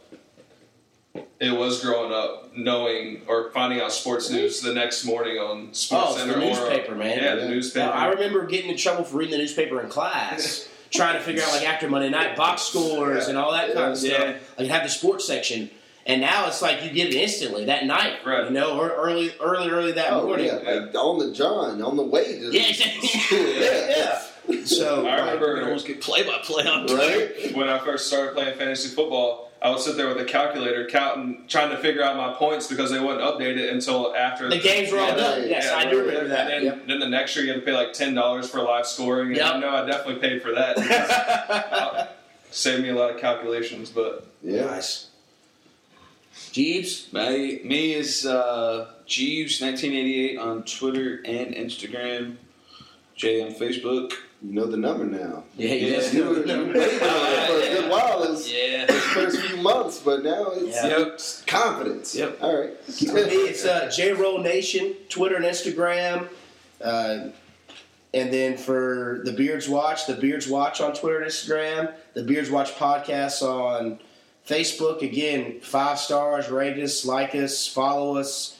it was growing up, knowing or finding out sports news the next morning on Sports
Oh, it's
Center
the
or
newspaper, man.
Yeah,
Yeah.
the newspaper.
Now, I remember getting in trouble for reading the newspaper in class, trying to figure out like after Monday night box scores and all that kind of
Yeah.
stuff. Like have the sports section, and now it's like you get it instantly that night,
Right.
you know, or early, early, early that
Oh,
morning.
yeah, like on the John, on the way to
*laughs* Yeah,
*laughs*
exactly. *laughs*
yeah,
So
I remember
You almost get play by play on Twitter.
right.
when I first started playing fantasy football, I would sit there with a calculator counting, trying to figure out my points because they wouldn't update it until after
the games were all
Yeah,
done.
yeah,
yes,
yeah,
I do remember that.
And then, then the next year, you had to pay like ten dollars for live scoring. And
Yep.
I know I definitely paid
*laughs*
for that. Saved me a lot of calculations, but
Yeah,
*laughs* Nice. Jeeves,
My, me is uh, Jeeves1988 on Twitter and Instagram. Jay on Facebook.
you know the number now.
yeah, you
Yeah.
just
You were *laughs* you were waiting on it for a good while. It was
Yeah.
the first few months, but now it's
Yeah.
Yep.
confidence.
Yep.
All right.
For me, it's uh, J Roll Nation, Twitter and Instagram. Uh, and then for the Beards Watch, the Beards Watch on Twitter and Instagram, the Beards Watch podcast on Facebook. Again, five stars, rate us, like us, follow us.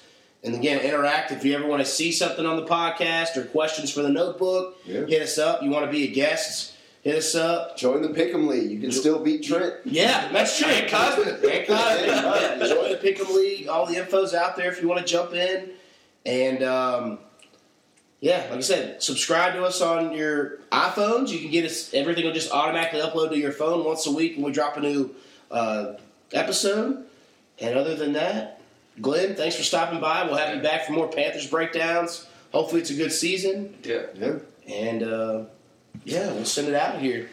And again, interact. If you ever want to see something on the podcast or questions for the notebook,
Yeah.
hit us up. You want to be a guest, hit us up.
Join the Pick'em League. You can still beat Trent.
Yeah, that's true.
Hank Cosby.
Hank Cosby. Yeah, Join the Pick'em League. All the info's out there if you want to jump in. And um, yeah, like I said, subscribe to us on your iPhones. You can get us everything will just automatically upload to your phone once a week when we drop a new uh, episode. And other than that, Glenn, thanks for stopping by. We'll have you back for more Panthers breakdowns. Hopefully, it's a good season.
yeah.
Yeah.
And uh, yeah, we'll send it out of here.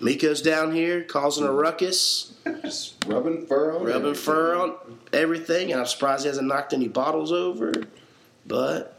Miko's down here causing a ruckus.
Just rubbing fur on
rubbing
everything.
fur on everything, and I'm surprised he hasn't knocked any bottles over. But